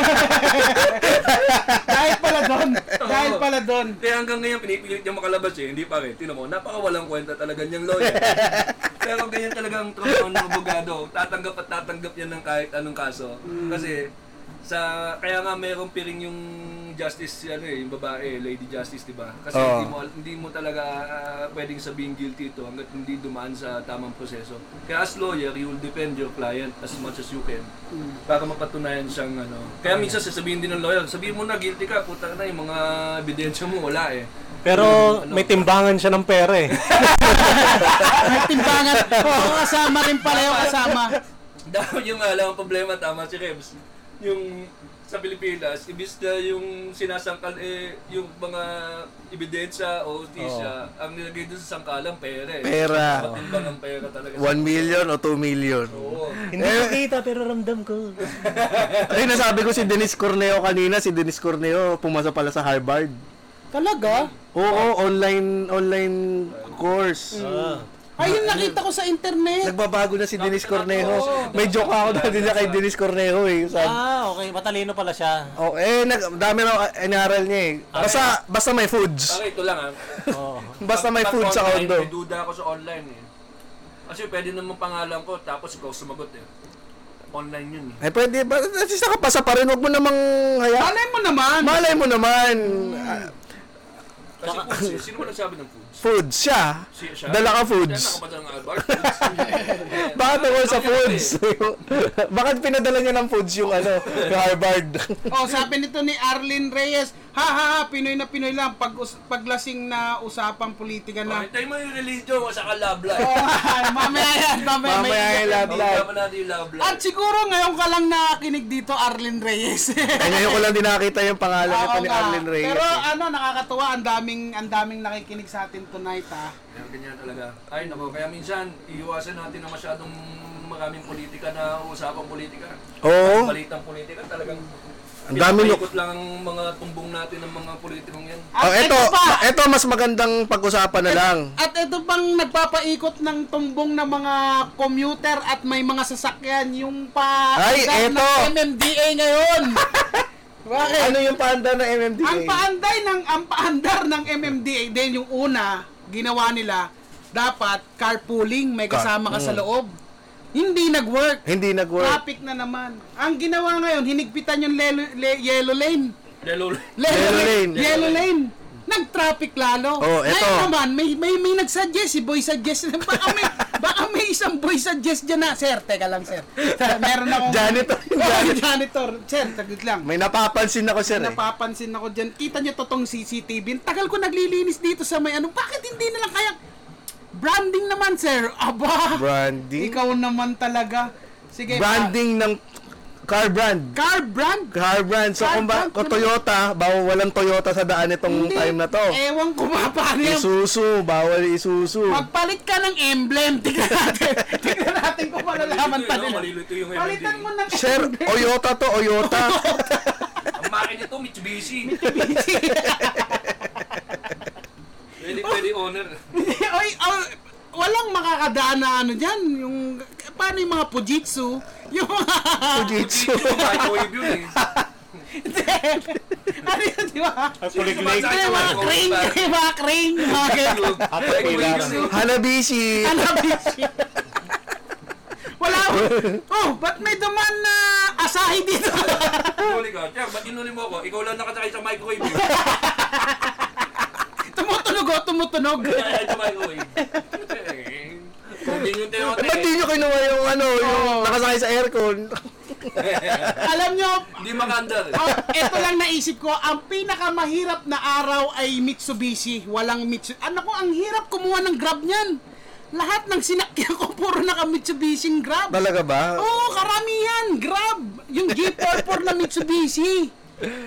S2: dahil pala doon. dahil pala doon.
S3: Kaya hanggang ngayon, pinipilit niya makalabas eh. Hindi pa rin. Tinan mo, napakawalang kwenta talaga niyang lawyer. Pero ganyan talaga ang trabaho ng abogado. Tatanggap at tatanggap yan ng kahit anong kaso. Kasi, sa kaya nga merong piring yung justice ano eh, yung babae, lady justice, 'di ba? Kasi
S1: Oo.
S3: hindi mo hindi mo talaga ah, pwedeng sabihin guilty ito hangga't hindi dumaan sa tamang proseso. Kaya as lawyer, you will defend your client as much as you can para mapatunayan siyang ano. Kaya minsan sasabihin din ng lawyer, sabihin mo na guilty ka, puta na yung mga ebidensya mo wala eh.
S4: Pero may timbangan siya ng pera eh.
S2: May timbangan. Oo, kasama rin pala yung kasama.
S3: Dapat yung alam ang problema, tama si Rebs. Yung sa Pilipinas, ibis na yung sinasangkal, eh, yung mga ebidensya o tisya, ang nilagay doon sa sangkalan, pera eh.
S1: Pera.
S3: Matimbang ang pera talaga.
S1: 1 million o 2 million.
S3: Oo.
S4: Hindi nakita pero ramdam ko.
S1: Ay, nasabi ko si Dennis Corneo kanina. Si Dennis Corneo pumasa pala sa Harvard.
S2: Talaga?
S1: Oo, online online course.
S4: Ah.
S2: Ay, yung nakita ko sa internet.
S1: Nagbabago na si Dennis Cornejo. May joke ako dati na kay Dennis Cornejo eh. Sabi,
S4: Ah, okay. Matalino pala siya.
S1: oh, eh, nag, dami raw eh, inaral niya eh. Basta, basta may foods.
S3: Okay, ito lang ah.
S4: Oo.
S1: Basta may
S3: Pag-
S1: food
S3: pag
S1: sa
S3: online,
S1: kondo.
S3: May duda ako sa online eh. Kasi pwede naman pangalan ko, tapos ikaw sumagot eh. Online yun eh.
S1: Eh, pwede ba? At least nakapasa pa rin. Huwag mo namang hayaan.
S2: Malay mo naman.
S1: Malay mo naman. ah,
S3: Kasi foods, eh. sino ba nagsabi ng foods?
S1: foods siya.
S3: Si, siya?
S1: Dala ka
S3: Yan,
S1: foods.
S3: nakapatang ng Albert. Foods.
S1: Bakit ako sa
S3: Ano yan,
S1: foods?
S3: eh?
S1: Bakit pinadala niya ng foods yung ano, yung Harvard?
S2: Oh, sabi nito ni Arlene Reyes, ha ha ha, Pinoy na Pinoy lang pag us- paglasing na usapang politika
S3: Oh,
S2: na.
S3: Hintayin mo yung religion o saka love
S2: Oh,
S3: life.
S2: mamaya yan, mamaya, may-
S1: Mamaya yung love
S3: Hindi
S1: life.
S3: pa natin yung love
S2: At
S3: life.
S2: siguro ngayon ka lang nakakinig dito, Arlene Reyes.
S1: Ay, Eh, ngayon ko lang din nakita yung pangalan
S2: Oo
S1: nito ni
S2: nga.
S1: Arlen Reyes.
S2: Pero
S1: eh.
S2: ano, nakakatuwa, ang daming, ang daming nakikinig sa atin tonight ah. ha.
S3: Yan, ganyan talaga. Ay, nako. Kaya minsan, iiwasan natin na masyadong maraming politika na usapang politika.
S1: Oo.
S3: Balitang politika talagang
S1: Oh. Ang dami nyo.
S3: pinapaikot lang ang mga tumbong natin ng mga politikong yan.
S1: Oh,
S2: At
S1: eto,
S2: pa,
S1: eto mas magandang pag-usapan na lang.
S2: at ito pang nagpapaikot ng tumbong ng mga commuter at may mga sasakyan yung pa
S1: Ay,
S2: agad
S1: eto.
S2: ng MMDA ngayon. Bakit?
S1: Ano yung paanda ng MMDA?
S2: Ang paanday ng ang paandar ng MMDA din yung una ginawa nila dapat carpooling may
S1: Car-
S2: kasama
S1: Mm.
S2: ka sa loob. Hindi nag-work.
S1: Hindi nag-work.
S2: Traffic na naman. Ang ginawa ngayon, hinigpitan yung lelo- le- yellow lane.
S3: Lalo,
S1: Yellow lane.
S2: Yellow lane. Nag-traffic lalo.
S1: Oh, eto.
S2: Ngayon naman, may, may, may nagsuggest, si Boy Suggest. Baka may, baka may isang Boy Suggest dyan na. Sir, teka lang, sir. Meron akong...
S1: Janitor.
S2: Oh, janitor. Sir, taglit lang.
S1: May napapansin ako, sir. Eh.
S2: Napapansin ako dyan. Kita nyo to tong CCTV. Ang Tagal ko naglilinis dito sa may ano. Bakit hindi na lang kaya? Branding naman, sir. Aba.
S1: Branding?
S2: Ikaw naman talaga. Sige. pa-
S1: Branding ng car brand.
S2: Car brand.
S1: Car brand. So,
S2: Car
S1: kung, ba,
S2: brand ko
S1: kung
S2: na-
S1: Toyota, bawal walang Toyota sa daan itong
S2: Hindi. Eh,
S1: time na to.
S2: Ewan ko ba paano yan.
S1: Isuzu, bawal isuzu.
S2: Magpalit ka ng emblem. Tignan natin. Tignan natin kung malalaman
S3: Malilito
S2: pa
S3: yun,
S2: nila.
S3: no? Malilito yung emblem
S2: Palitan
S3: din.
S2: mo ng
S1: Sir, oh, Toyota to, Toyota.
S3: ang makin ito, Mitsubishi.
S2: Mitsubishi.
S3: Pwede, pwede owner.
S2: Oy, oh, walang makakadaan na ano dyan. Yung, paano yung mga Fujitsu? Yung mga...
S1: Fujitsu.
S3: Mitsubishi, microwave yun eh.
S2: ano yun, di ba?
S4: Ay, puliglig.
S2: Hindi, mga crane, yung mga crane, yung mga ganyan.
S3: Microwave oh. yun eh.
S1: Hanabishi.
S2: Hanabishi. Wala ko. Oh, ba't may duman na asahi dito?
S3: oh. Huli ka. Tiyak, ba't inuli mo ako? Ikaw lang nakasakay sa microwave. eh.
S2: tumutunog oh, tumutunog.
S3: Nakasakay sa microwave. Eh, Hindi yun tayo
S1: Eh, Ba't di nyo kinuha yung ano, yung
S2: Oo.
S1: nakasakay sa aircon?
S2: Alam nyo,
S3: Hindi makandar. eh.
S2: oh, ito lang naisip ko, ang pinakamahirap na araw ay Mitsubishi. Walang Mitsubishi. Ano ko, ang hirap kumuha ng grab niyan. Lahat ng sinakyan ko, puro naka-Mitsubishi grab.
S1: Talaga ba?
S2: Oo, oh, karamihan. Grab. Yung G44 na Mitsubishi.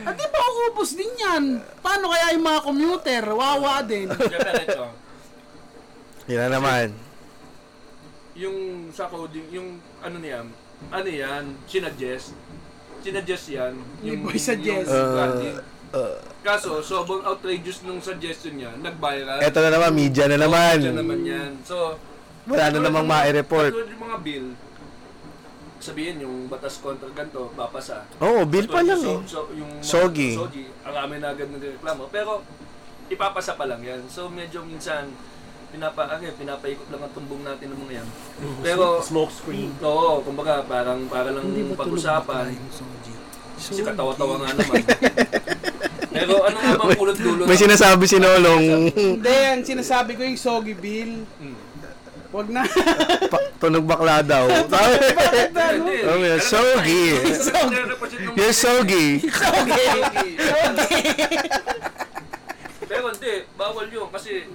S2: At di ba uubos din yan? Paano kaya yung mga commuter? Wawa din.
S3: Siyempre, ito.
S1: Yan na naman.
S3: Yung sa coding, yung ano niya, ano yan, sinadjust. Sinadjust yan.
S2: Ni Boy suggest.
S3: yung branding.
S1: Uh,
S3: Kaso, sobrang outrageous nung suggestion niya, nag-viral.
S1: eto na naman, media na naman.
S3: Siya naman yan. So,
S1: Wala na
S3: katulad
S1: namang
S3: ng-
S1: ma-report.
S3: Katulad yung mga bill, sabihin yung batas kontra ganito, papasa.
S1: Oo, oh, bill pa
S3: Katulad
S1: lang eh.
S3: yung so, so- yung mga-
S1: Sogi.
S3: Sogi, ang amin na agad nagreklamo. Pero, ipapasa pa lang yan. So, medyo minsan, pinapa, ano, yun, pinapaikot lang ang tumbong natin ng mga yan. Pero,
S4: Smoke screen.
S3: oo, kumbaga, parang, para lang pag-usapan. Kasi katawa-tawa nga naman. Pero ano nga bang kulot dulo?
S1: May sinasabi si Nolong,
S2: Hindi, ang sinasabi ko yung Soggy Bill. Wag na.
S1: pa- tunog bakla daw. Oh,
S3: Hindi.
S1: you're soggy. You're soggy.
S3: Sogi. Pero hindi, Bawal yun kasi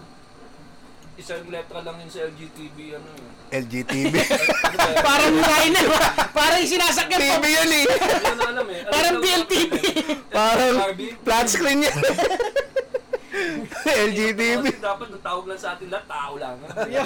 S3: isang letra lang yun sa LGTB ano yun.
S1: LGTB.
S3: Ano ba yun?
S2: Parang Lionel, parang sinasakyan
S1: TV
S2: pa.
S1: yun eh.
S3: Hindi ko na alam eh. Alam eh.
S2: Parang
S3: ko-
S2: PLTB.
S1: Parang
S3: RB?
S1: flat screen yan. LGTB.
S3: Kasi dapat natawag lang sa atin lahat, tao lang.
S2: Yo.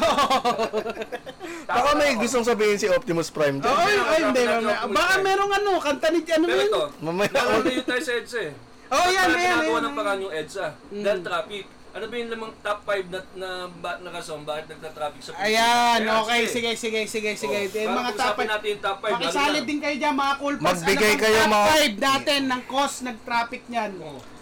S3: Tao
S1: Baka may
S3: lang.
S1: gustong sabihin si Optimus Prime.
S2: Oo,
S1: dyan.
S2: ay, ay, hindi. mamaya. Baka merong ano, kanta ni, ano
S3: Pero
S2: yun?
S3: ito,
S1: Mamaya.
S3: naroon na yun tayo sa EDSA eh.
S2: Oh,
S3: Parang
S2: yan, yan,
S3: ginagawa
S2: yan. Hmm.
S3: ng paraan yung EDSA. Dahil traffic. Ano ba yung lamang top 5 na, na, na, na rason bakit nagta-traffic sa
S2: Ayan,
S3: Kaya,
S2: okay,
S3: eh.
S2: sige, sige, sige, sige.
S3: Oh,
S2: Eh,
S3: parang
S2: mga
S3: usapan
S2: tapay,
S3: natin yung top 5.
S2: Pakisali din kayo dyan, mga cool pals.
S1: Magbigay
S2: ano,
S1: kayo, mga-
S2: Top 5 natin ng cost nag-traffic niyan.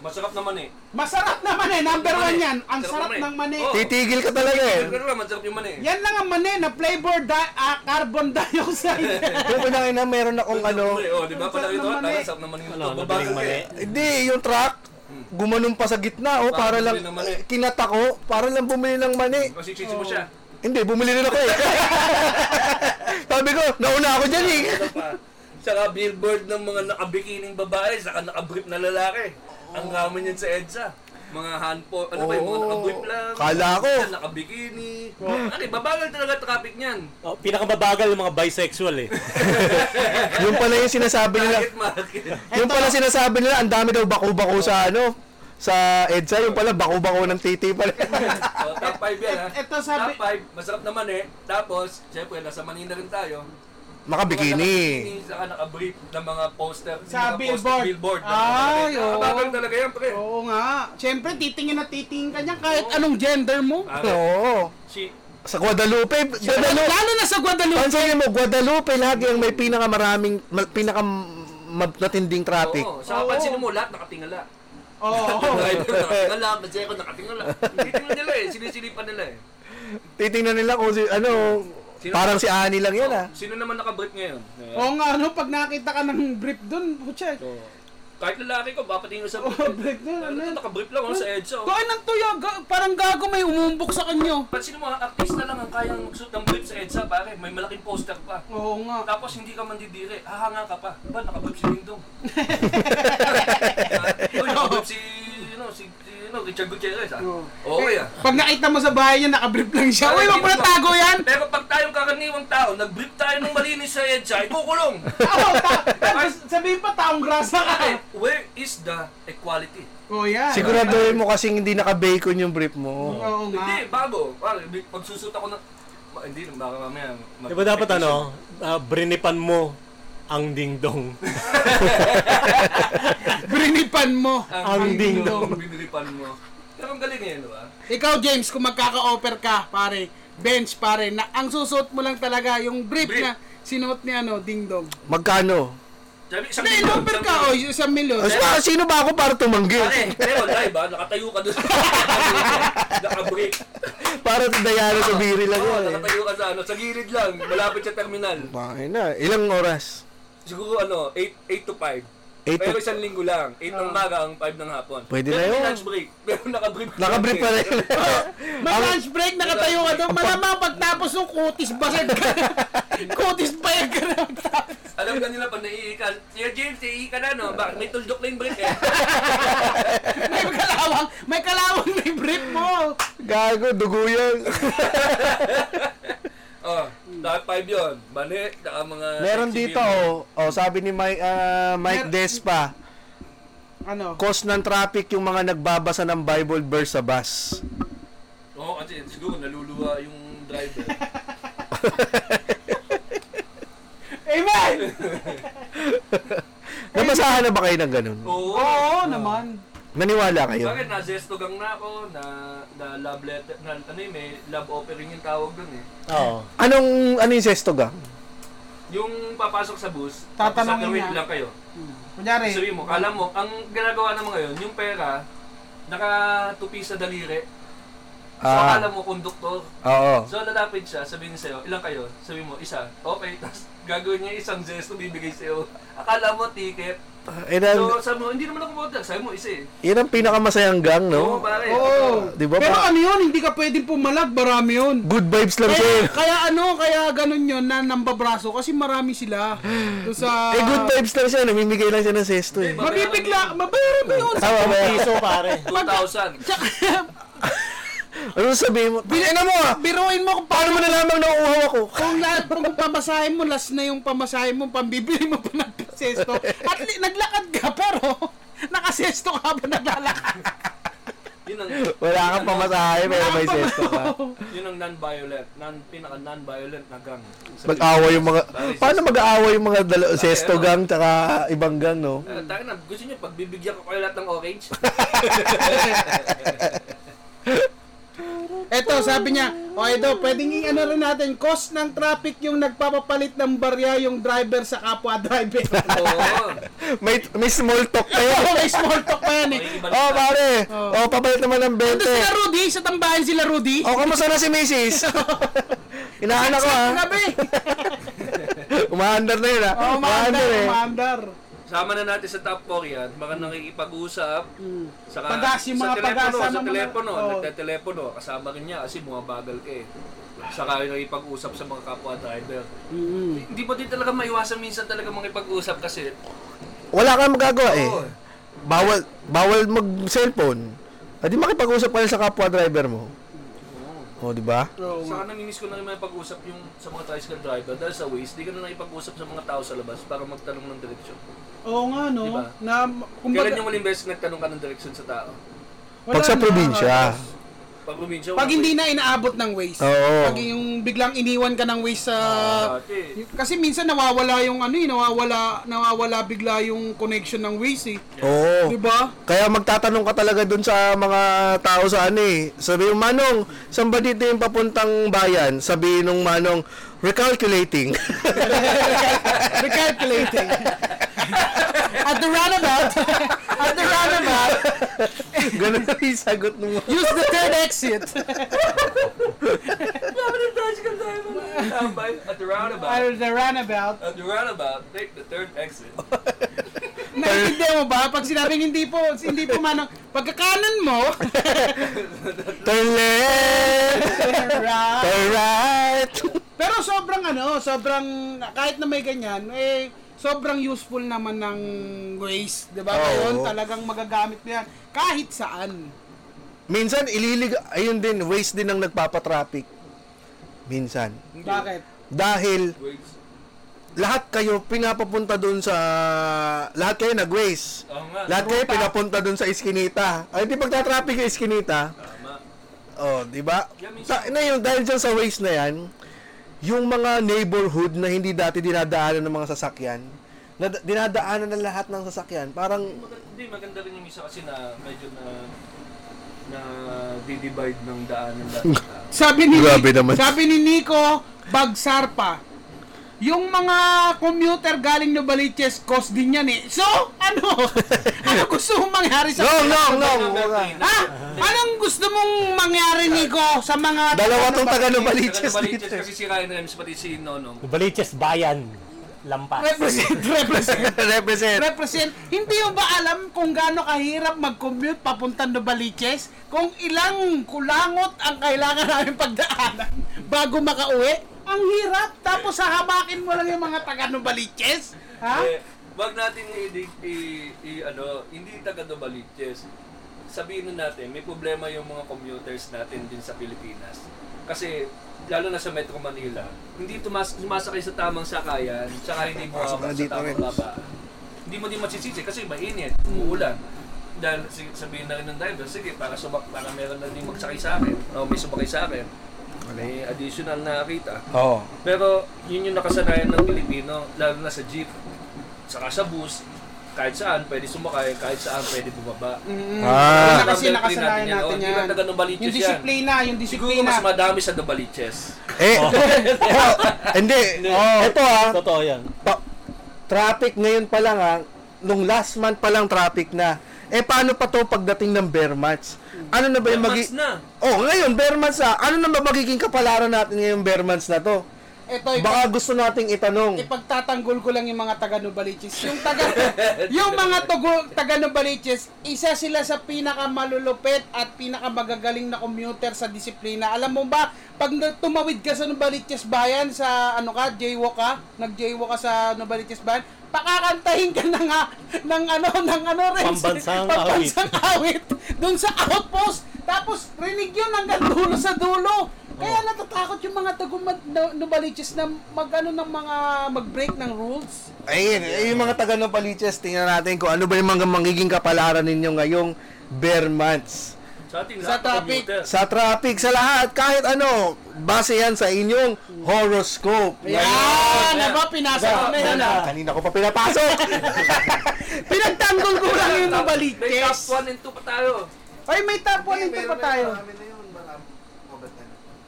S3: masarap naman eh.
S2: Masarap na mani, number
S3: Mani.
S2: 1 yan. Ang
S3: Sarap
S2: sarap
S3: mani. Oh.
S2: ng mani.
S3: Oo.
S1: Titigil ka talaga eh.
S3: Pero naman, masarap yung mani.
S2: Yan lang ang mani na flavor di- ah, carbon dioxide.
S1: Yung kunain na meron akong ano.
S3: Oh, di ba?
S2: Sarap
S3: Pag
S2: ng
S3: ito,
S2: mani.
S3: sarap naman yung
S4: Wala,
S3: ito.
S4: Ano, madaling mani.
S1: Hindi, yung truck. Gumanon pa sa gitna oh, para
S3: Parang
S1: lang
S3: bumili ng mani.
S1: kinata ko, para lang bumili ng mani.
S3: Masisisi mo
S2: Oh.
S3: siya.
S1: Hindi, bumili rin ako eh. Sabi ko, nauna ako dyan eh.
S3: Ano pa? Saka billboard ng mga nakabikining babae, saka nakabrip na lalaki. Ang kami niyan sa EDSA. Mga handpo, ano ba yung mga
S1: Oo.
S3: nakabrip lang.
S1: Kala ko.
S3: yan, Nakabikini. Ano, babagal talaga traffic niyan.
S4: Oh, pinakababagal ng mga bisexual eh.
S1: Yung pala yung sinasabi nila.
S3: Target market.
S1: Yung pala sinasabi nila, ang dami daw bako-bako sa ano, sa EDSA. Yung pala, bako-bako ng titi pala.
S3: so, Oh, top 5 yan ha.
S2: Et- E, eto sabi-
S3: Top 5, masarap naman eh. Tapos, syempre, nasa Manila rin tayo.
S1: Ah, Makabikini.
S3: Mga Saka nakabrip ng mga poster. ng mga
S2: Sa
S3: poster,
S2: billboard.
S3: billboard.
S2: Ay, oo.
S3: Babagal talaga yan, pre.
S2: Oo nga. Siyempre, titingin na titingin ka niya kahit anong gender mo.
S3: Oh. Ah,
S1: Oo.
S3: si-
S1: Sa Guadalupe. Guadalupe.
S2: Lalo na sa Guadalupe.
S1: Pansin mo, Guadalupe, lahat yung may pinakamaraming, ma- pinakamatinding traffic.
S3: Oo, sa
S2: Oo.
S3: pansin mo, lahat nakatingala. Oh.
S2: Oo.
S3: Driver nakatingala, masyeko nakatingala. Titingnan nila eh, sinisilipan nila eh.
S1: Titingnan nila kung si, ano,
S3: Sino-
S1: parang si Ani lang yan ah.
S3: Sino naman nakabrip ngayon?
S2: Oo nga, ano, pag nakita ka ng brief dun, putya.
S3: So, kahit lalaki ko, papatingin ko sa
S2: Oo, break na,
S3: Ano
S2: ano
S3: to,
S2: yan?
S3: nakabrip lang ako sa EDSA. oh.
S2: Kain ng tuya, ga- parang gago may umumbok sa kanyo.
S3: Pansin mo, artista lang ang kayang magsuot ng brief sa EDSA, pare. May malaking poster pa.
S2: Oo nga.
S3: Tapos hindi ka mandidire, hahanga ka pa. Ba, nakabrip si Dingdong. Uy, nakabrip si, you know, si, si, you know, Richard Gutierrez, ah.
S2: Oo.
S3: Okay, ah.
S2: Pag nakita mo sa bahay niya, nakabrief lang siya. Uy, wag mo na tago yan!
S3: Pero pag tayong kakaniwang tao, nag-brief tayo ng malinis sa EDSA, ikukulong!
S2: Oo, ta- tapos sabihin pa taong grasa ka. Oh,
S3: Okay, where is the equality?
S2: Oo, yan.
S1: Siguraduhin mo kasing hindi naka-bacon yung brief mo.
S2: Oo nga.
S3: Hindi, bago. Pare, pagsusot ako ng... Ma- hindi, baka mamaya... mag-
S4: Di ba dapat ano, ah, brinipan mo ang dingdong.
S2: Brinipan mo.
S4: Ang
S3: dingdong.
S4: dingdong.
S3: Biniripan mo. Pero ang galing eh, di ba?
S2: Ikaw, James, kung magkaka-offer ka, pare, bench, pare, na ang susuot mo lang talaga, yung brief
S3: Brief.
S2: na sinuot ni ano, Ding Dong.
S1: Magkano?
S3: Sabi, isang
S2: Hindi,
S3: milyon,
S2: in-offer
S3: isang
S2: ka, oh. o,
S3: milyon.
S2: isang milyon.
S1: As, ah, sino ba ako para tumanggi?
S3: Pare, pero live ah, nakatayo ka doon. Naka-break.
S1: para sa Dayana sa biri lang
S3: Oo,
S1: yun eh.
S3: nakatayo ka sa ano, sa gilid lang, malapit sa terminal.
S1: Bakit na? Ilang oras?
S3: Siguro ano, 8, 8 to 5.
S1: Eight
S3: Pero
S1: to-
S3: isang linggo lang. 8
S2: Ah.
S3: ng umaga, ang 5 ng hapon.
S1: Pwede
S3: Pero
S1: na
S3: may
S1: yun.
S3: lunch break. Pero naka-brief.
S1: Naka-brief pa rin.
S2: May lunch break, nakatayo ka doon. Malamang pagtapos ng kutis, basag ka na. kutis bayag ka na.
S3: Alam ka nila pag naiikan. Sir James, naiika na no? Bakit may tuldok na yung brief eh?
S2: May kalawang, may kalawang may brief mo.
S1: Gago, dugo yan.
S3: oh, top 5 yun. Bani, saka mga...
S1: Meron dito, oh, oh, sabi ni Mike, ah, Mike
S2: Mer-
S1: Despa,
S2: Ano?
S1: cause ng traffic yung mga nagbabasa ng Bible verse sa bus.
S3: Oo, kasi siguro naluluwa yung driver.
S2: Amen!
S1: Nabasahan na ba kayo ng ganun?
S3: Oo.
S2: Oo naman.
S1: Naniwala kayo?
S3: Oh. Bakit na zestogang na ako na na love letter na ano yun, may love offering yung tawag doon eh.
S4: Oo.
S1: Anong, ano yung sesto ga?
S3: Yung papasok sa bus,
S2: Tatanungin
S3: tapos
S2: niya. Eh.
S3: lang kayo.
S2: Kunyari,
S3: Sabi mo, alam mo, ang ginagawa naman ngayon, yung pera, nakatupi sa daliri. So,
S1: Ah.
S3: akala mo, konduktor.
S1: Oo.
S3: So, lalapit siya, sabihin sa'yo, ilang kayo? Sabi mo, isa. Okay, tapos gagawin niya isang zesto, bibigay sa'yo. Akala mo, ticket.
S1: Yan
S3: So,
S1: ang,
S3: sabi mo, hindi naman ako voter. Sabi mo, isa eh.
S1: yan ang pinakamasayang gang,
S3: Oo,
S1: no?
S3: pare.
S2: Oo.
S1: Di ba?
S2: Pero
S1: Pa-
S2: ano yun, hindi ka pwedeng pumalag, marami yun.
S1: Good vibes lang eh. sa'yo.
S2: Kaya, kaya ano, kaya ganun yun na nambabraso kasi marami sila. So, sa...
S1: Eh, good vibes lang siya. Namimigay lang siya ng sesto
S3: Di
S1: eh.
S3: ba?
S2: Mabibigla, mabayaran mo yun.
S1: Tama ba?
S4: Piso pare.
S3: 2,000.
S2: Tsaka,
S1: Ano sabihin mo? Bilhin mo ah!
S2: Biruin mo kung
S1: Paano mo nalamang nauuhaw ako?
S2: Kung lahat kung pamasahin mo, last na yung pamasahin mo, pambibili mo pa ng sesto. At li- naglakad ka, pero nakasesto ka habang naglalakad.
S3: Yun ang
S1: Wala
S3: yun
S1: kang
S3: ang-
S1: pamasahe pero may sesto ka.
S3: Yun ang non-violent, non pinaka non-violent na gang.
S1: Mag-away yung mga... Paano mag-aaway yung mga dalo, sesto gang tsaka ibang gang, no?
S3: Uh, na, gusto niyo pagbibigyan ko kayo lahat ng orange?
S2: Eto, sabi niya, o edo, pwedeng i-ano rin natin, cost ng traffic yung nagpapapalit ng barya yung driver sa kapwa driver.
S3: Oo.
S1: May, may small talk kayo.
S2: Oo, may small talk pa yan eh.
S1: Oh, pare. Oh, papalit naman ng
S2: Ito sila
S1: 20.
S2: Rudy, sa tambahan sila Rudy.
S1: Oh, kamusta na si Mrs.? Inaanak Ano ko, ah? ha?
S2: Grabe.
S1: Umaandar na yun, ha?
S2: Oh, maandar,
S1: eh.
S2: maandar.
S3: Sama na natin sa top 4 yan. Baka nakikipag-usap. Saka,
S2: Pagas, yung mga
S3: sa telepono,
S2: pagas,
S3: sa
S2: sama mo na-
S3: telepono,
S2: oo.
S3: nagtetelepono, kasama rin niya kasi bumabagal ka eh. Saka yung nakikipag-usap sa mga kapwa driver.
S2: Hmm.
S3: Hindi mo din talaga maiwasan minsan talaga makipag-usap kasi
S1: Wala kang magagawa, eh.
S3: Oo.
S1: Bawal, bawal mag-cellphone. Hindi makipag-usap ka rin sa kapwa driver mo. Oh, di ba?
S2: Oo.
S3: Saka namimiss ko na rin may pag-usap yung sa mga tricycle driver dahil sa Waze, di ka na nakipag-usap sa mga tao sa labas para magtanong ng direksyon.
S2: Oo nga, no?
S3: Diba?
S2: Na, kumbaga,
S3: Kailan yung huling beses nagtanong ka ng direksyon sa tao?
S1: Pag sa
S2: na,
S1: probinsya.
S2: ah.
S3: Pag uminsya,
S2: Pag hindi na inaabot ng waste.
S1: Oo.
S2: Pag yung biglang iniwan ka ng waste sa...
S3: Dati.
S2: kasi minsan nawawala yung ano eh, nawawala, nawawala bigla yung connection ng waste eh. Diba?
S1: Oo.
S2: Di ba?
S1: Kaya magtatanong ka talaga dun sa mga tao sa ano eh. Sabi yung Manong, saan ba dito yung papuntang bayan? Sabi nung Manong, recalculating.
S2: Recalculating. at the runabout, at the runabout,
S1: Ganun na yung sagot nung
S2: use the third exit.
S3: Sabi ng tricycle driver, tambay at the roundabout.
S2: at the runabout.
S3: At the roundabout, take the third exit.
S2: Naiintindihan mo ba? Pag sinabing hindi po, hindi po manang, pagkakanan mo,
S1: turn left,
S2: right.
S1: turn right.
S2: Pero sobrang ano, sobrang kahit na may ganyan, eh sobrang useful naman ng Waze, 'di ba?
S1: Oo.
S2: Ngayon talagang magagamit mo 'yan kahit saan.
S1: Minsan, ililig, ayun din, waste din ang nagpapatraffic. Minsan.
S2: Bakit?
S1: Dahil,
S3: Waze.
S1: lahat kayo pinapapunta dun sa, lahat kayo nag-waste.
S3: Oo oh, nga.
S1: Lahat kayo pinapunta dun sa iskinita. Ay, di pagtatraffic yung iskinita,
S3: Tama.
S1: Oh, di ba?
S3: Yan mismo.
S1: Ta- na yun, dahil dyan sa waste na yan, yung mga neighborhood na hindi dati dinadaanan ng mga sasakyan, na dinadaanan ng lahat ng sasakyan, parang
S3: Maganda, hindi, maganda rin yung isa kasi na medyo na na di-divide ng daan ng daan.
S2: Sabi ni
S1: Grabe naman.
S2: Sabi ni Nico, bagsar pa. Yung mga commuter galing Novaliches, cost din yan eh. So, ano? ano gusto mong mangyari sa...
S1: no, no, no. wala.
S2: Ha? Anong gusto mong mangyari, Nico, sa mga...
S1: Dalawa tong taga
S3: Saka
S1: Novaliches
S3: nabaliches
S1: dito.
S3: kasi si Ryan Rems pati si Nonong.
S4: Baliches Bayan. Lampas.
S2: Represent, represent.
S1: Represent.
S2: represent. Hindi mo ba alam kung gaano kahirap mag-commute papunta Novaliches? Kung ilang kulangot ang kailangan namin pagdaanan bago makauwi? Ang hirap! Tapos hahabakin mo lang yung mga taga Novaliches? Ha?
S3: Eh, wag natin i, i, i- i- ano, hindi taga Novaliches. Sabihin na natin, may problema yung mga commuters natin din sa Pilipinas. Kasi lalo na sa Metro Manila, hindi tumas sumasakay sa tamang sakayan, tsaka hindi mo
S1: Pasok ka
S3: sa
S1: dito,
S3: tamang
S1: Rems.
S3: baba. Hindi mo din masisisi kasi mainit, umuulan. Dahil si- sabihin na rin ng driver, sige, para, sumak para meron na din magsakay sa akin, o may sumakay sa akin, may additional na kita.
S1: Oh.
S4: Oo.
S3: Pero yun yung nakasanayan ng Pilipino, lalo na sa jeep, saka sa bus, kahit saan pwede sumakay, kahit saan pwede bumaba.
S2: Mm, yun
S1: Ah.
S2: na kasi
S3: Parang
S2: nakasanayan
S3: natin yan,
S2: natin
S3: oh. Di
S2: yan.
S3: ba taga Novaliches
S2: Yung
S3: yan?
S2: disiplina, yung
S3: Siguro
S2: disiplina.
S3: mas madami sa Novaliches.
S1: Eh, oh, hindi.
S4: Oo.
S1: Ito ah,
S4: Oh, Totoo yan.
S1: pa- traffic ngayon pa lang ha, nung last month pa lang traffic na. Eh paano pa to pagdating ng bear match? Ano na ba yung magi...
S3: Months na.
S1: Oh, ngayon bear months na. Ano na ba magiging kapalaran natin ngayong bear months na to?
S2: Ito, yung-
S1: Baka gusto nating itanong.
S2: ipagtatanggol ko lang yung mga taga Novaliches. Yung taga yung mga tugo, taga Novaliches, isa sila sa pinakamalulupit at pinakamagagaling na commuter sa disiplina. Alam mo ba, pag na- tumawid ka sa Novaliches bayan sa ano ka, jaywalk ka, nag-jaywalk ka sa Novaliches bayan, pakakantahin ka na nga ng ano ng ano rin
S4: Pambansang
S2: pambansang awit. Doon sa outpost Tapos, rinig yun hanggang dulo sa dulo. Kaya natatakot yung mga tagumad na nubaliches na mag, ano, ng mga mag-break ng rules.
S1: Ayun, eh, yung mga taga ng Paliches, tingnan natin kung ano ba yung mga magiging kapalaran ninyo ngayong bare months.
S3: Sa ating lahat,
S2: Sa traffic.
S3: computer.
S1: Sa traffic, sa lahat, kahit ano, base yan sa inyong horoscope.
S2: Yan! Aba, ano pinasa ko na yan ah.
S1: Kanina ko pa pinapasok.
S2: Pinagtanggol ko lang yung
S3: Top- May top
S2: nubaliches.
S3: 1 and 2 pa tayo.
S2: Ay, may top 1 pa tayo.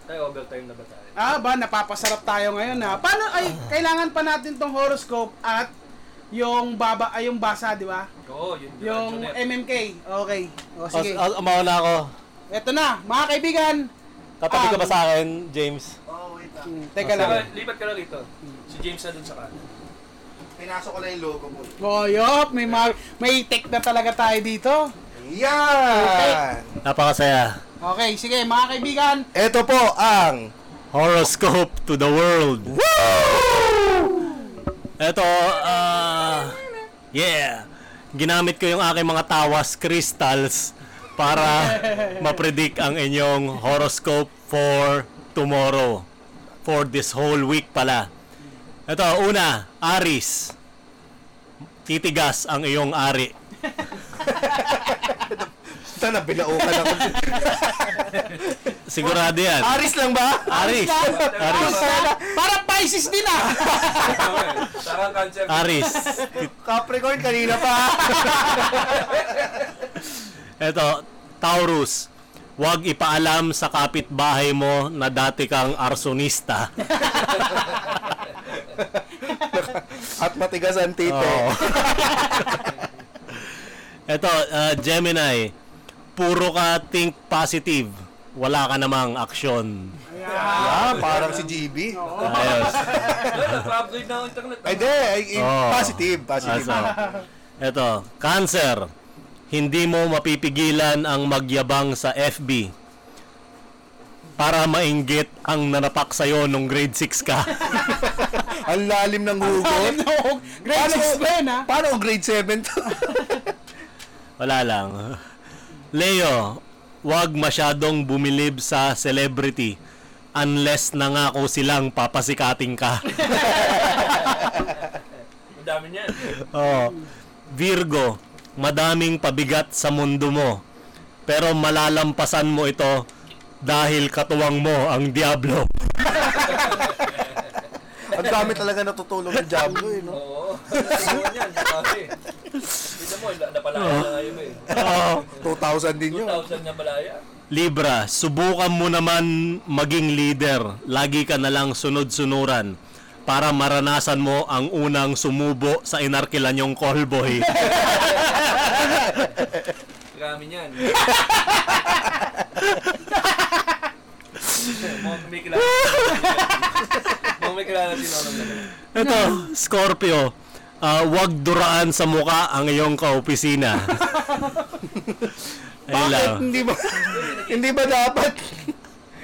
S3: Tayo, overtime na ba tayo?
S2: Ah, ba, napapasarap tayo ngayon na. Paano ay kailangan pa natin tong horoscope at yung baba ay yung basa, di ba?
S3: Oo, yun.
S2: Yung MMK. Okay. O
S4: O,
S2: sige.
S4: o, mauna oh, ako.
S2: Eto na, mga kaibigan.
S4: Tatabi ka
S2: Ah.
S4: ba sa akin, James?
S2: Hmm, teka
S4: Ah,
S2: lang.
S3: Saka, Eh, lipat ka lang dito. Si James na dun sa kanan.
S5: Pinasok ko lang yung logo mo.
S2: Boyop, Oh, may ma- may tech na talaga tayo dito.
S1: Yan!
S4: Napakasaya.
S2: Okay, sige mga kaibigan.
S1: Ito po ang
S4: Horoscope to the world. Eto, ah... yeah. Ginamit ko yung aking mga tawas crystals para mapredict ang inyong horoscope for tomorrow. For this whole week pala. Eto, una, Aris. Titigas ang iyong ari.
S1: Sana binaukan ako.
S4: Sigurado yan.
S1: Aris lang ba?
S4: Aris. Aris.
S2: Para, para Pisces din ah.
S3: Okay. Saka ang cancer.
S4: Aris.
S1: Capricorn kanina pa.
S4: Eto, Taurus. Huwag ipaalam sa kapitbahay mo na dati kang arsonista.
S1: At matigas ang eh. tite.
S4: Oo. Oh. Eto, uh, Gemini. Puro ka think positive. Wala ka namang aksyon.
S1: Ah, parang si GB.
S4: Ayos.
S3: Ayun, Nag-upgrade na ang internet.
S1: Ay, di. Ay, ay,
S4: Oo.
S1: Positive. Positive.
S4: Aso. Eto, Cancer. Hindi mo mapipigilan ang magyabang sa FB para mainggit ang nanapak sa'yo nung grade 6 ka.
S1: Ang lalim ng hugot.
S2: Alam na ako. Grade 6 ba yun ah?
S1: Paano kung grade 7 to?
S4: Wala lang. Leo, wag masyadong bumilib sa celebrity unless nangako silang papasikating ka.
S3: Ang dami niya.
S4: Oo. Virgo, madaming pabigat sa mundo mo. Pero malalampasan mo ito dahil katuwang mo ang Diablo.
S1: Ang dami talaga natutulog ng Diablo eh, no?
S3: Oo. Ano yan? Dami. Tignan mo, la- napalaya na ngayon eh.
S4: Oo.
S1: 2,000 din yun.
S3: 2,000 na palaya.
S4: Libra, subukan mo naman maging leader. Lagi ka na lang sunod-sunuran para maranasan mo ang unang sumubo sa inarkilan yung callboy.
S3: Marami niyan. Mukhang may kilala. Mukhang may kilala si Nono.
S4: Ito, Scorpio. ah, wag duraan sa muka ang iyong kaopisina. Ayun
S1: Bakit
S4: lang.
S1: hindi ba hindi ba dapat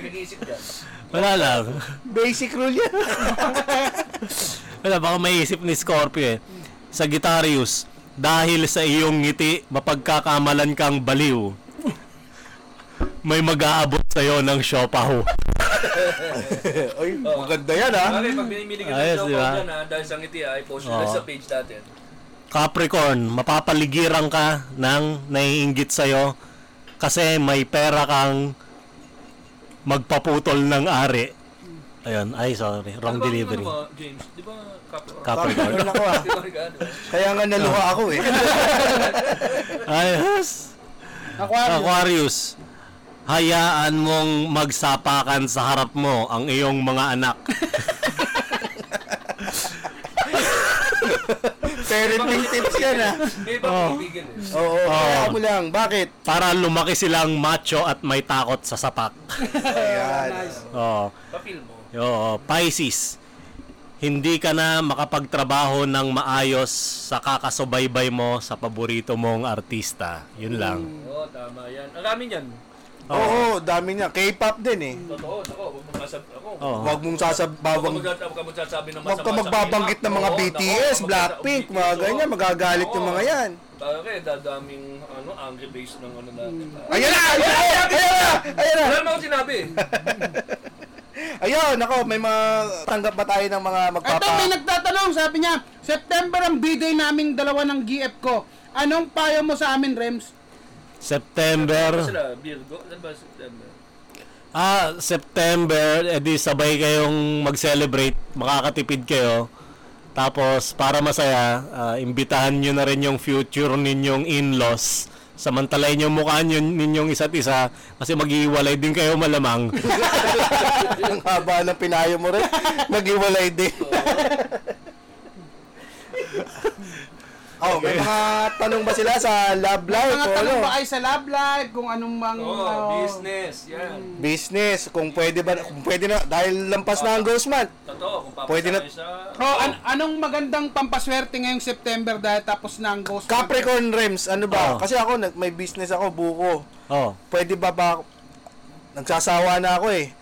S3: Nag-iisip yan.
S4: Wala lang.
S1: basic rule yan?
S4: Wala, baka maisip ni Scorpio eh. Sagittarius, dahil sa iyong ngiti, mapagkakamalan kang baliw. May mag-aabot sa'yo ng siopaw.
S1: Ay, maganda yan ah. ha.
S3: Bakit pag binimili ka ng
S4: Ayos,
S3: show
S4: di ba?
S3: dyan ha, dahil sa ngiti ha, i-post nyo lang
S4: Oo.
S3: sa page natin. Ano
S4: Capricorn, mapapaligiran ka ng naiinggit sa'yo kasi may pera kang magpaputol ng ari. Ayun, ay sorry, wrong
S3: Ano ba-
S4: delivery.
S3: Ano ba, James? Di ba Capricorn?
S4: Capricorn.
S1: Capricorn Ano ako ha.
S3: Capricorn ka, di ba?
S1: Kaya nga naluha ako eh.
S4: Ayos.
S2: Aquarius.
S4: Aquarius, hayaan mong magsapakan sa harap mo ang iyong mga anak.
S1: Parenting tips yan ah. ha.
S3: Di ba pag-ibigin eh?
S1: Oo, kaya mo lang. Bakit?
S4: Para lumaki silang macho at may takot sa sapak. Oh.
S1: Ayan.
S4: Oo.
S3: Papil mo.
S4: Oo, Pisces. Hindi ka na makapagtrabaho ng maayos sa kakasubaybay mo sa paborito mong artista. Yun lang.
S3: Oo, tama yan. Ang dami niyan.
S1: Oo, dami niya. K-pop din eh.
S3: Totoo, ako, huwag mong masab... Ako.
S4: Oo.
S1: Huwag mong sasabawang
S3: Huwag ka magsasabi ng
S1: Huwag
S3: masama
S1: ka
S3: sa
S1: magbabanggit
S3: K-pop.
S1: ng mga
S3: Oo,
S1: BTS,
S3: nako,
S1: Blackpink,
S3: magsasabi-
S1: mga
S3: BTS,
S1: ganyan.
S3: oo.
S1: Magagalit yung
S3: Oo.
S1: mga yan.
S3: Talaga eh, dadaming ano, sobrang angry based ng ano natin.
S1: Hmm. Ayan na! Ayan na! Ayan na! Ayan na!
S3: Wala naman ako sinabi.
S1: Ayun, ako, may mga tanggap ba tayo ng mga
S4: Ah,
S1: magpapa...
S2: Ito, may nagtatanong, sabi niya, September ang bday naming dalawa ng GF ko. Anong payo mo sa amin, Rems?
S3: Ano
S4: September.
S3: sila? Virgo? Ano ba September?
S4: Ah, September, edi sabay kayong mag-celebrate, makakatipid kayo. Tapos, para masaya, ah, imbitahan nyo na rin yung future ninyong in-laws. Samantalayin yung mukha nyo, ninyong isa't isa kasi maghihiwalay din kayo malamang.
S1: Ang haba ng pinayo mo rin. Naghiwalay din. oh, may mga tanong ba sila sa love life
S2: Mga
S1: o ano?
S2: tanong ba kayo sa love life, kung anong bang...
S3: Oo,
S2: ano,
S3: business.
S1: Hmm.
S3: Yan.
S1: Business, kung pwede ba, kung pwede na, dahil lampas na ang ghost month.
S3: Totoo, kung papasya
S1: Pwede na-
S3: kayo sa...
S2: Oh, an- anong magandang pampaswerte ngayong September dahil tapos na ang ghost?
S1: Capricorn Rems, ano ba?
S4: Oo.
S1: Kasi ako, nag- may business ako, buko.
S4: Oh,
S1: Pwede ba ba, nagsasawa na ako eh.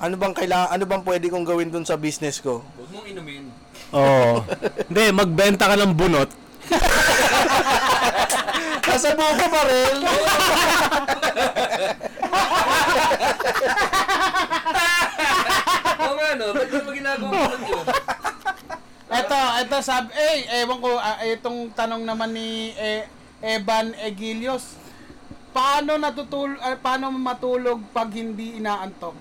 S1: Ano bang kailangan, ano bang pwede kong gawin dun sa business ko?
S3: Huwag mong inumin.
S4: oh. Hindi, magbenta ka ng bunot.
S1: Nasa buko pa rin!
S3: Oo nga, no? Ba't yung ginagawa mo lang yun?
S2: Ito, ito sabi, eh, ewan ko, ah, itong tanong naman ni eh, Evan Egilios. Paano natutul ah, paano matulog pag hindi inaantok?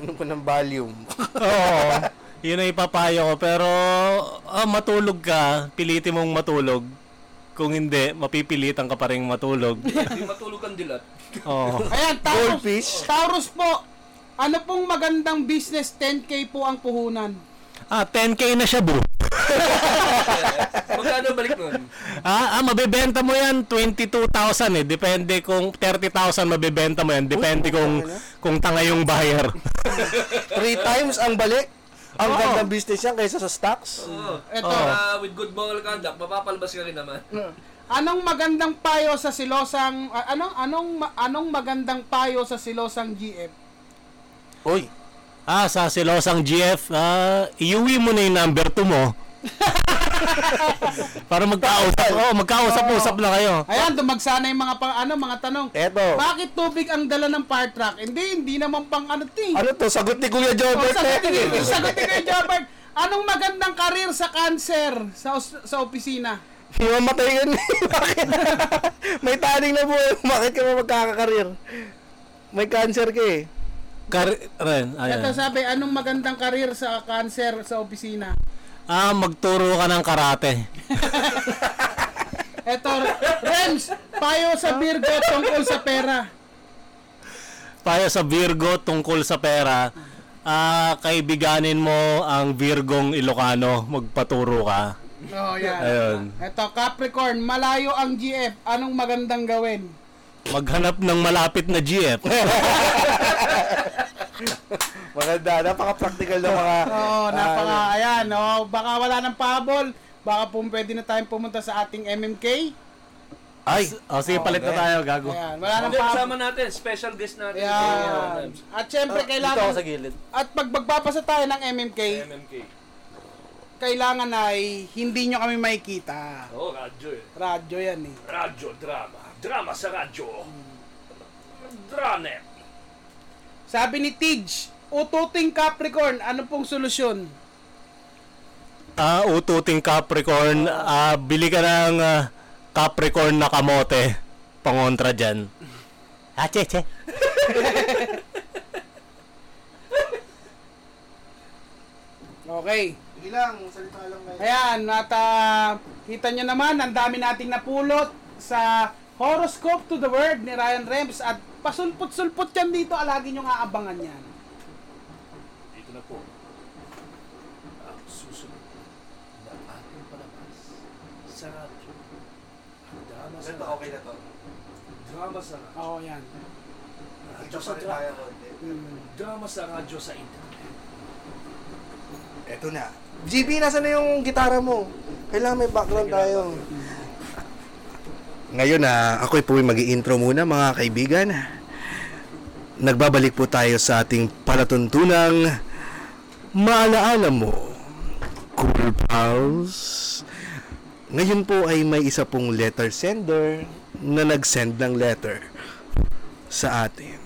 S1: Ano ko ng volume?
S4: Oo. Yun ang ipapayo ko. Pero ah, matulog ka. Pilitin mong matulog. Kung hindi, mapipilitan ka pa rin matulog.
S3: Hindi matulog kang dilat.
S4: Oo.
S2: Ayan, Taurus.
S1: Goldfish?
S2: Taurus po. Ano pong magandang business 10k po ang puhunan?
S4: Ah, 10k na siya, bro.
S3: Magkano balik nun?
S4: Ah, ah, mabebenta mo yan 22,000 eh. Depende kung 30,000 mabebenta mo yan. Depende kung kung tanga yung buyer.
S1: Three times ang balik. Ang gandang business yan kaysa sa stocks.
S3: Oo.
S2: Ito.
S3: Ah, with good moral conduct, mapapalabas ka rin naman.
S2: Anong magandang payo sa silosang ah, anong anong ma- anong magandang payo sa silosang GF?
S1: Uy,
S4: ah, sa silosang GF, ah, iuwi mo na yung number 2 mo. Para magkausap. Oo, magkausap-usap na kayo.
S2: Ayan, dumagsana yung mga pang, ano, mga tanong.
S1: eto.
S2: Bakit tubig ang dala ng fire truck? Hindi, hindi naman pang ano ti.
S1: Ano to? Sagot ni Kuya
S2: Oh,
S1: Jobert
S2: sagutin
S1: eh.
S2: niyo, sagutin niyo, Jobert. Anong magandang karir sa cancer sa os- sa opisina?
S1: Mamatay yun. eh. Bakit? May taning na buhay. Bakit ka pa magkakakarir? May cancer ka eh.
S4: Kar- Ren, ayan.
S2: Ito sabi, anong magandang karir sa cancer sa opisina?
S4: Ah, magturo ka ng karate.
S2: Ito, Rems, payo sa Virgo tungkol sa pera.
S4: Payo sa Virgo tungkol sa pera. Ah, kaibiganin mo ang Virgong Ilocano. Magpaturo ka.
S2: Oh, yan.
S4: Ayun.
S2: Ito, Capricorn, malayo ang GF. Anong magandang gawin?
S4: Maghanap ng malapit na GF.
S1: Maganda. Napaka-practical ng mga... ah,
S2: Oo, oh, napaka, ayan, oh, baka wala ng pahabol. Baka po pwede na tayong pumunta sa ating MMK.
S4: Ay, oh, sige, palit na tayo, gago.
S2: Ayan, wala ng
S3: Hindi,
S2: pahabol.
S3: kasama natin. Special guest natin.
S2: Ayan. At syempre,
S1: Ah,
S2: kailangan,
S1: gilid.
S2: at pag magbabasa tayo ng MMK,
S3: MMK.
S2: kailangan ay hindi nyo kami makikita.
S3: Oo, radyo eh.
S2: Radyo yan eh.
S3: Radyo, drama. Drama sa radyo. Dranet.
S2: Sabi ni Tidge, ututing Capricorn, ano pong solusyon?
S4: Ah, ututing Capricorn. Ah, bili ka ng ah, Capricorn na kamote. Pangontra dyan. Ah, che, che.
S2: Okay.
S5: Sige lang, salita lang kayo.
S2: Ayan, at ah, kita nyo naman, ang dami nating napulot sa Horoscope to the World ni Ryan Rems at pasulput-sulput yan dito, alagi nyo nga abangan yan.
S3: Dito na po. Ang susunod na ating palabas sa radyo. Ang drama sa
S5: Ito,
S3: radyo.
S5: okay na to.
S3: Drama sa radyo.
S2: Oo, yan.
S5: Ito pa rin tayo konti.
S3: Drama sa radyo sa internet.
S1: Eto na. GB, nasa na yung gitara mo? Kailangan may background tayo. Ngayon na ako'y po mag intro muna mga kaibigan. Nagbabalik po tayo sa ating palatuntunang Maalaala mo, Cool Pals, Ngayon po ay may isa pong letter sender na nag-send ng letter sa atin.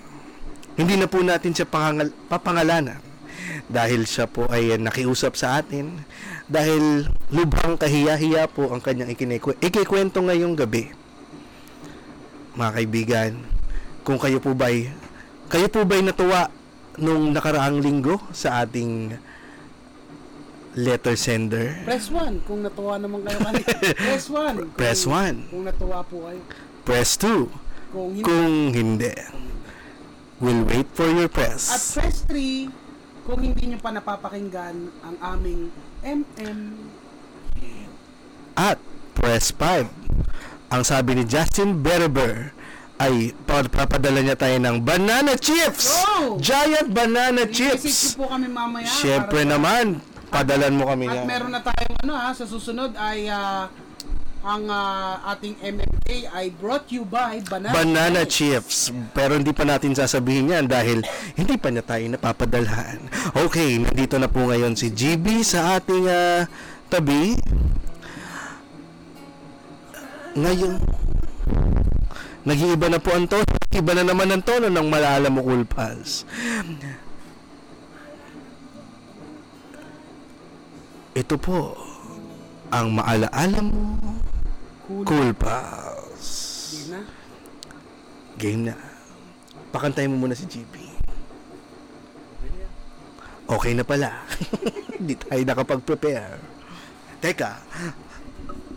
S1: Hindi na po natin siya pangangal- papangalanan dahil siya po ay nakiusap sa atin dahil lubhang kahiya-hiya po ang kanyang ikiniku- ikikwento ngayong gabi. Mga kaibigan, kung kayo po ba'y kayo po ba'y natuwa nung nakaraang linggo sa ating letter sender?
S2: Press 1 kung natuwa naman kayo kanina. Press 1.
S1: Press
S2: Kung-
S1: one.
S2: Kung natuwa po kayo.
S1: Press 2
S2: Kung hindi.
S1: kung hindi. We'll wait for your
S2: At
S1: press.
S2: press 3 kung hindi nyo pa napapakinggan ang aming MM.
S1: At press 5. Ang sabi ni Justin Berber ay papapadala niya tayo ng banana chips!
S2: Yo!
S1: Giant banana
S2: Visit
S1: chips!
S2: po kami mamaya.
S1: Siyempre
S2: para-
S1: naman, padalan mo kami
S2: At
S1: niya.
S2: meron na tayong ano ha, sa susunod ay ah, ang ah, ating MMA ay brought you by Banana,
S1: Banana chips. Pero hindi pa natin sasabihin yan dahil hindi pa niya tayo napapadalhan. Okay, nandito na po ngayon si GB sa ating ah, tabi. Ngayon, nag-iiba na po ang tono. Iba na naman ang tono ng malala mo Cool Pals. Ito po ang maalaala mo
S2: Cool.
S1: Cool Pals.
S2: Hindi na.
S1: Game na. Pakantay mo muna si GP. Okay na pala. Hindi tayo nakapag-prepare. Teka,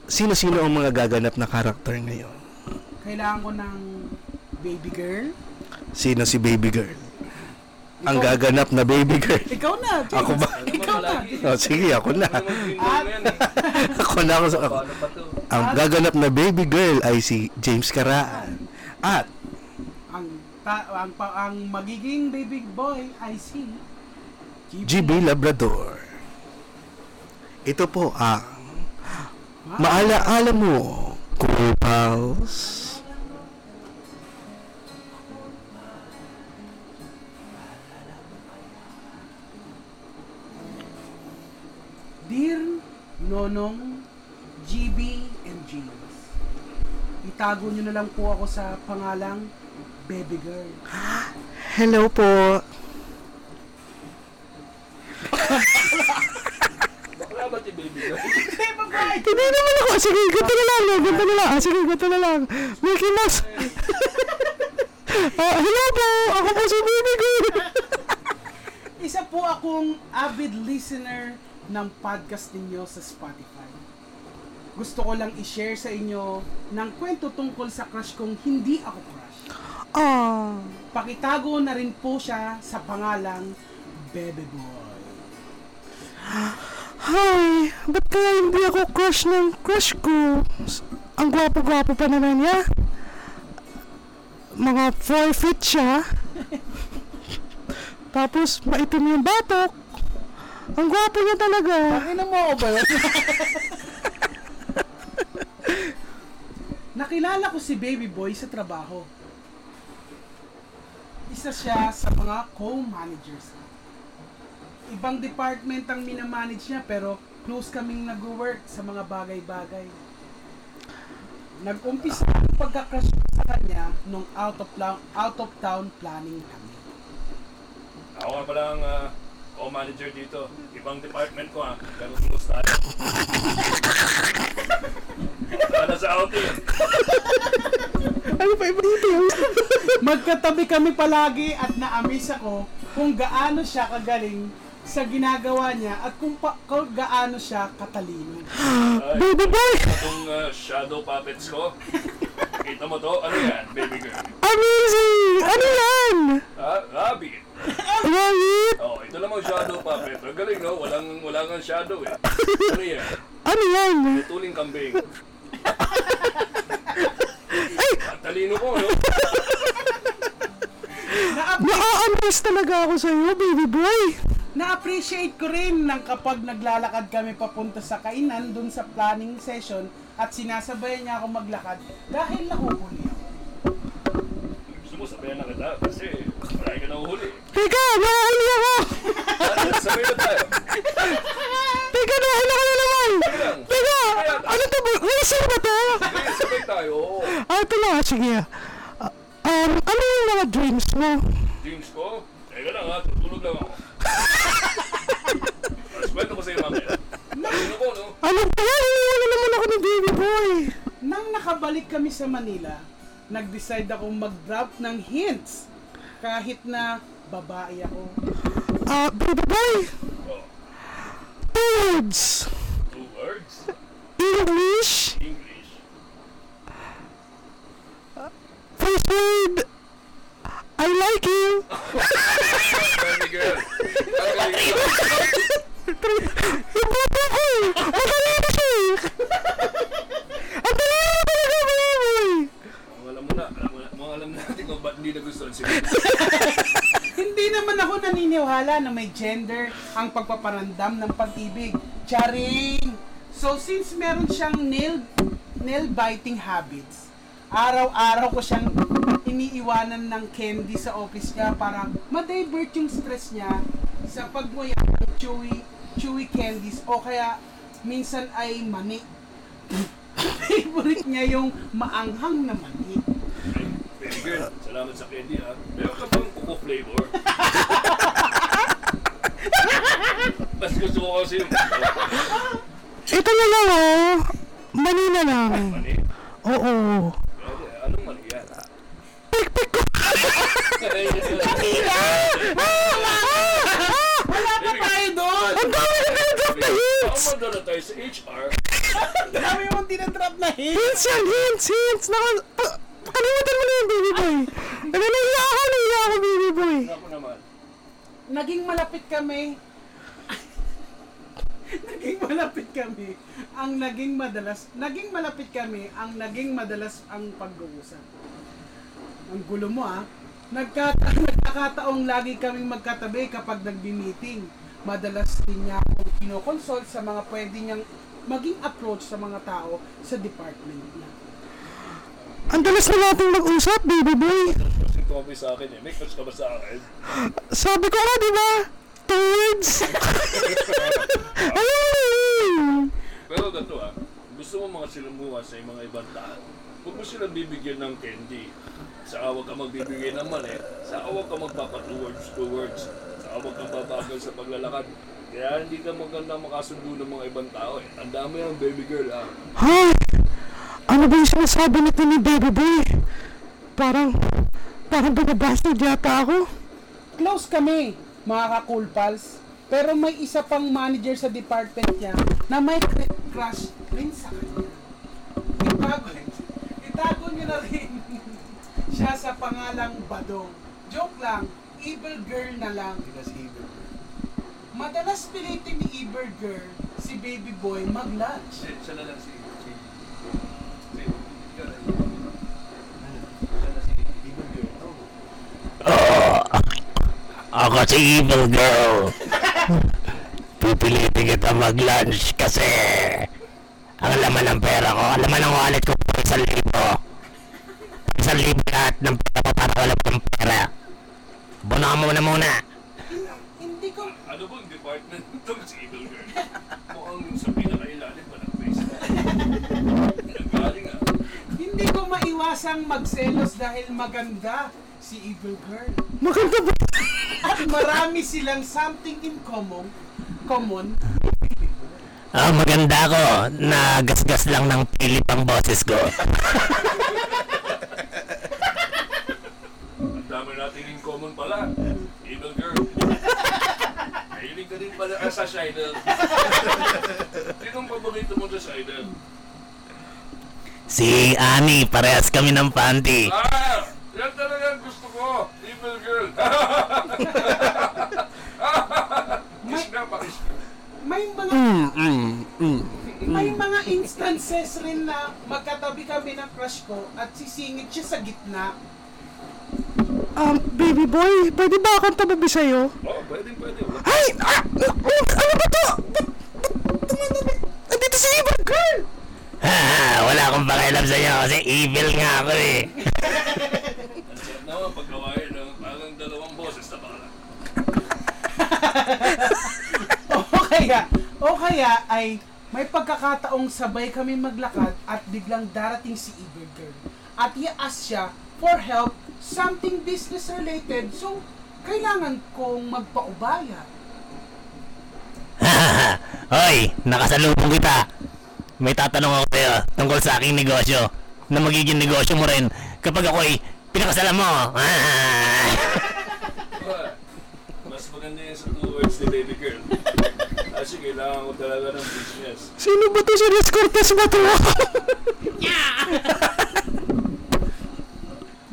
S1: sino-sino ang mga gaganap na karakter ngayon?
S2: Kailangan ko ng baby girl.
S1: Sino si Baby Girl? Ang
S2: Ikaw-
S1: gaganap na Baby Girl.
S2: Ikaw na. James.
S1: Ako ba?
S2: Ikaw na.
S1: Oh, sige, ako na.
S3: Ano naman yung mga yan eh?
S1: Ako na ako sa... Ako.
S3: Paano pa to?
S1: Ang gaganap na Baby Girl ay si James Caraan. At
S2: Ang, ta- ang, pa- ang magiging baby boy ay si
S1: GB Labrador. Ito po ang maalaala mo, Cool Pals.
S2: Dear Nonong, GB and James, itago nyo na lang po ako sa pangalang Baby Girl.
S1: Hello po.
S3: Bakla ba ti baby?
S2: Hey, babae!
S1: Hindi naman ako. Sige, ganito na lang. Ganito na lang. Ah, Sige, ganito na lang. Mickey Mouse. Ah, hello po. Ako po si Baby Girl.
S2: Isa po akong avid listener ng podcast ninyo sa Spotify. Gusto ko lang i-share sa inyo ng kwento tungkol sa crush kong hindi ako crush.
S1: Ah.
S2: Pakitago na rin po siya sa pangalang Bebe Boy.
S1: Hi. Ba't kaya hindi ako crush ng crush ko? Ang gwapo-gwapo pa naman niya. Mga 4 feet siya. Tapos maitim yung batok. Ang gwapo niya talaga.
S2: Pakinggan mo ako ba yun? Nakilala ko si Baby Boy sa trabaho. Isa siya sa mga co-managers. ko. Ibang department ang minamanage niya pero close kaming nag-work sa mga bagay-bagay. Nag-umpisa ang pagka-crush ko sa kanya nung out of, town, out of town planning kami.
S6: Ako nga pala ang ah, co-manager dito. Ibang department ko ah. Pero close tayo. Para sa eh. outing.
S1: Ano pa iba dito?
S2: Magkatabi kami palagi at naamis ako kung gaano siya kagaling sa ginagawa niya at kung, pa, kung gaano siya katalino.
S6: Ay,
S1: Baby boy!
S6: Itong ah, shadow puppets ko. Kita mo to? Ano yan, baby girl?
S1: Amazing! Ano yan?
S6: Ah, rabbit.
S1: Rabbit?
S6: Oh, ito lang ang shadow puppet. Ang galing no? Walang, wala kang shadow eh. Ano yan?
S1: Ano yan?
S6: Tuling kambing. Ang talino ko no?
S1: Na-amaze talaga ako sa'yo, baby boy.
S2: Na-appreciate ko rin ng kapag naglalakad kami papunta sa kainan dun sa planning session at sinasabayan niya ako maglakad dahil nahuhuli ako.
S6: Gusto mo sabihan na kita kasi marami ka nahuhuli.
S1: Teka, nahuli ako!
S6: Tara, Sabay na tayo.
S1: Teka, nahuli ako na naman! Teka, ano to?
S7: ano, sige. Ah, um, ano yung mga dreams mo?
S3: Dreams ko? Teka lang ha, tutulog lang ako. Mas kwento ko sa'yo mamaya. Ano ko, no?
S7: Ano ba yan? Iniwala naman ako ng baby boy.
S2: Nang nakabalik kami sa Manila, nag-decide akong mag-drop ng hints kahit na babae ako.
S7: Ah, baby boy.
S3: Oh,
S7: Two words.
S3: two words.
S7: English.
S3: English.
S7: First word. I like you.
S3: Baby girl. Ang galing ko.
S7: Yung baby boy. Madali na siya eh. Ang dali na talaga, baby boy.
S3: Mukhang alam mo na, alam mo na, mukhang alam natin kung ba't hindi nagustuhan si
S2: Hindi naman ako naniniwala na may gender ang pagpaparandam ng pag-ibig. Charing! So since meron siyang nail, nail biting habits, araw-araw ko siyang iniiwanan ng candy sa office niya para ma-divert yung stress niya sa pagmuya ng chewy, chewy candies o kaya minsan ay mani. Favorite niya yung maanghang na mani.
S3: Baby girl, salamat sa candy ha. Meron ka bang kuko flavor? Mas gusto ko kasi yung
S7: Ito na lang oh. Manila lang.
S3: mani.
S7: Oo.
S3: Grabe, Anong mani yan?
S7: Pikpik ko.
S2: Wala pa tayo doon!
S7: Ah! Ang dami na pinag-drop na hints.
S3: Tama na tayo sa HR.
S2: Dami mong tinatrap na hit!
S7: Hints yan, hints, hints. Naka, pa, kalimutan mo na yung baby boy. Ano, nahiya ako, nahiya ako, baby boy.
S3: Ako naman.
S2: naging malapit kami. naging malapit kami. Ang naging madalas, naging malapit kami, ang naging madalas ang pag-uusap. Ang gulo mo ah. Nagkata nagkakataong lagi kaming magkatabi kapag nagbi-meeting. Madalas din niya akong kinokonsult sa mga pwede niyang maging approach sa mga tao sa department niya.
S7: Ang dalas na natin mag-usap, baby boy.
S3: Kasi tumabi sa akin eh. May crush ka ba sa akin?
S7: Sabi ko na, di ba? Two words. Ayun eh. na yun.
S3: Pero ganito ah. Gusto mo mga silumuha sa mga ibang tao. Huwag mo silang bibigyan ng candy. Sa awag ka magbibigay ng mali. Sa awag ka magpapa two words, two words. Sa awag ka babagal sa paglalakad. Kaya hindi ka maganda makasundo ng mga ibang tao eh. Tandaan mo yan, baby girl ah.
S7: Hoy, ano ba yung sinasabi natin ni baby boy? Parang, parang binabastard yata ako.
S2: Close kami, mga ka-cool pals. Pero may isa pang manager sa department niya na may cr- crush rin sa kanya. Itago, itago niyo na rin siya sa pangalang Badong. Joke lang, evil girl na lang. Madalas pilitin ni evil girl si baby boy mag-lunch.
S8: Siya na lang si... si... eh. si... yun.
S4: Ah! Ako si Evil Girl. Pipilitin kita mag-lunch kasi ang laman ng pera ko, ang laman ng wallet ko po isang libo. Isang libo lahat ng pera ko para wala pang pera. Bunakan mo na muna.
S2: Hindi ko
S3: Ano bang department itong si Evil Girl? Mukhang sa pinakailalim pa ng Facebook. Nagaling ah.
S2: hindi ko maiwasang magselos dahil maganda si evil girl.
S7: Maganda ba?
S2: At marami silang something in common common
S4: Ah, maganda ko. Nagasgas lang ng pilip ang boses ko.
S3: Ang dami natin in common pala. Evil Girl. Mahilig ka din pala ah, sa Shider. Sinong paborito mo sa Shider?
S4: Si Ani, parehas kami ng panty.
S3: Ah! Yan talaga ang gusto ko! Evil Girl! Kiss nga pa, kiss nga.
S2: may mga
S7: Mm.
S2: may mga instances rin na magkatabi kami ng crush ko at sisingit siya sa gitna.
S7: Um, baby boy, pwede ba akong tababi sa'yo?
S3: Oh, pwedeng pwede. Wala
S7: Ay! Ah! Ano ba to? Ba't- ba't- ba't- Nandito si Evil Girl!
S4: Ha, wala akong pakialam sa inyo kasi evil nga ako eh.
S3: Sarap naman pagkawain ng parang dalawang boses na pala.
S2: O kaya, o kaya ay may pagkakataong sabay kami maglakad at biglang darating si Evil Girl. at i-ask siya for help something business related. So, kailangan kong magpaubaya.
S4: Hoy, nakasalubong kita. May tatanong ako sa'yo tungkol sa aking negosyo na magiging negosyo mo rin kapag ako'y pinakasalan mo. Ah!
S3: Ba, Mas maganda yan sa two words ni baby girl. Kasi kailangan ko talaga ng business.
S7: Sino ba to? Si Riz Cortez ba to?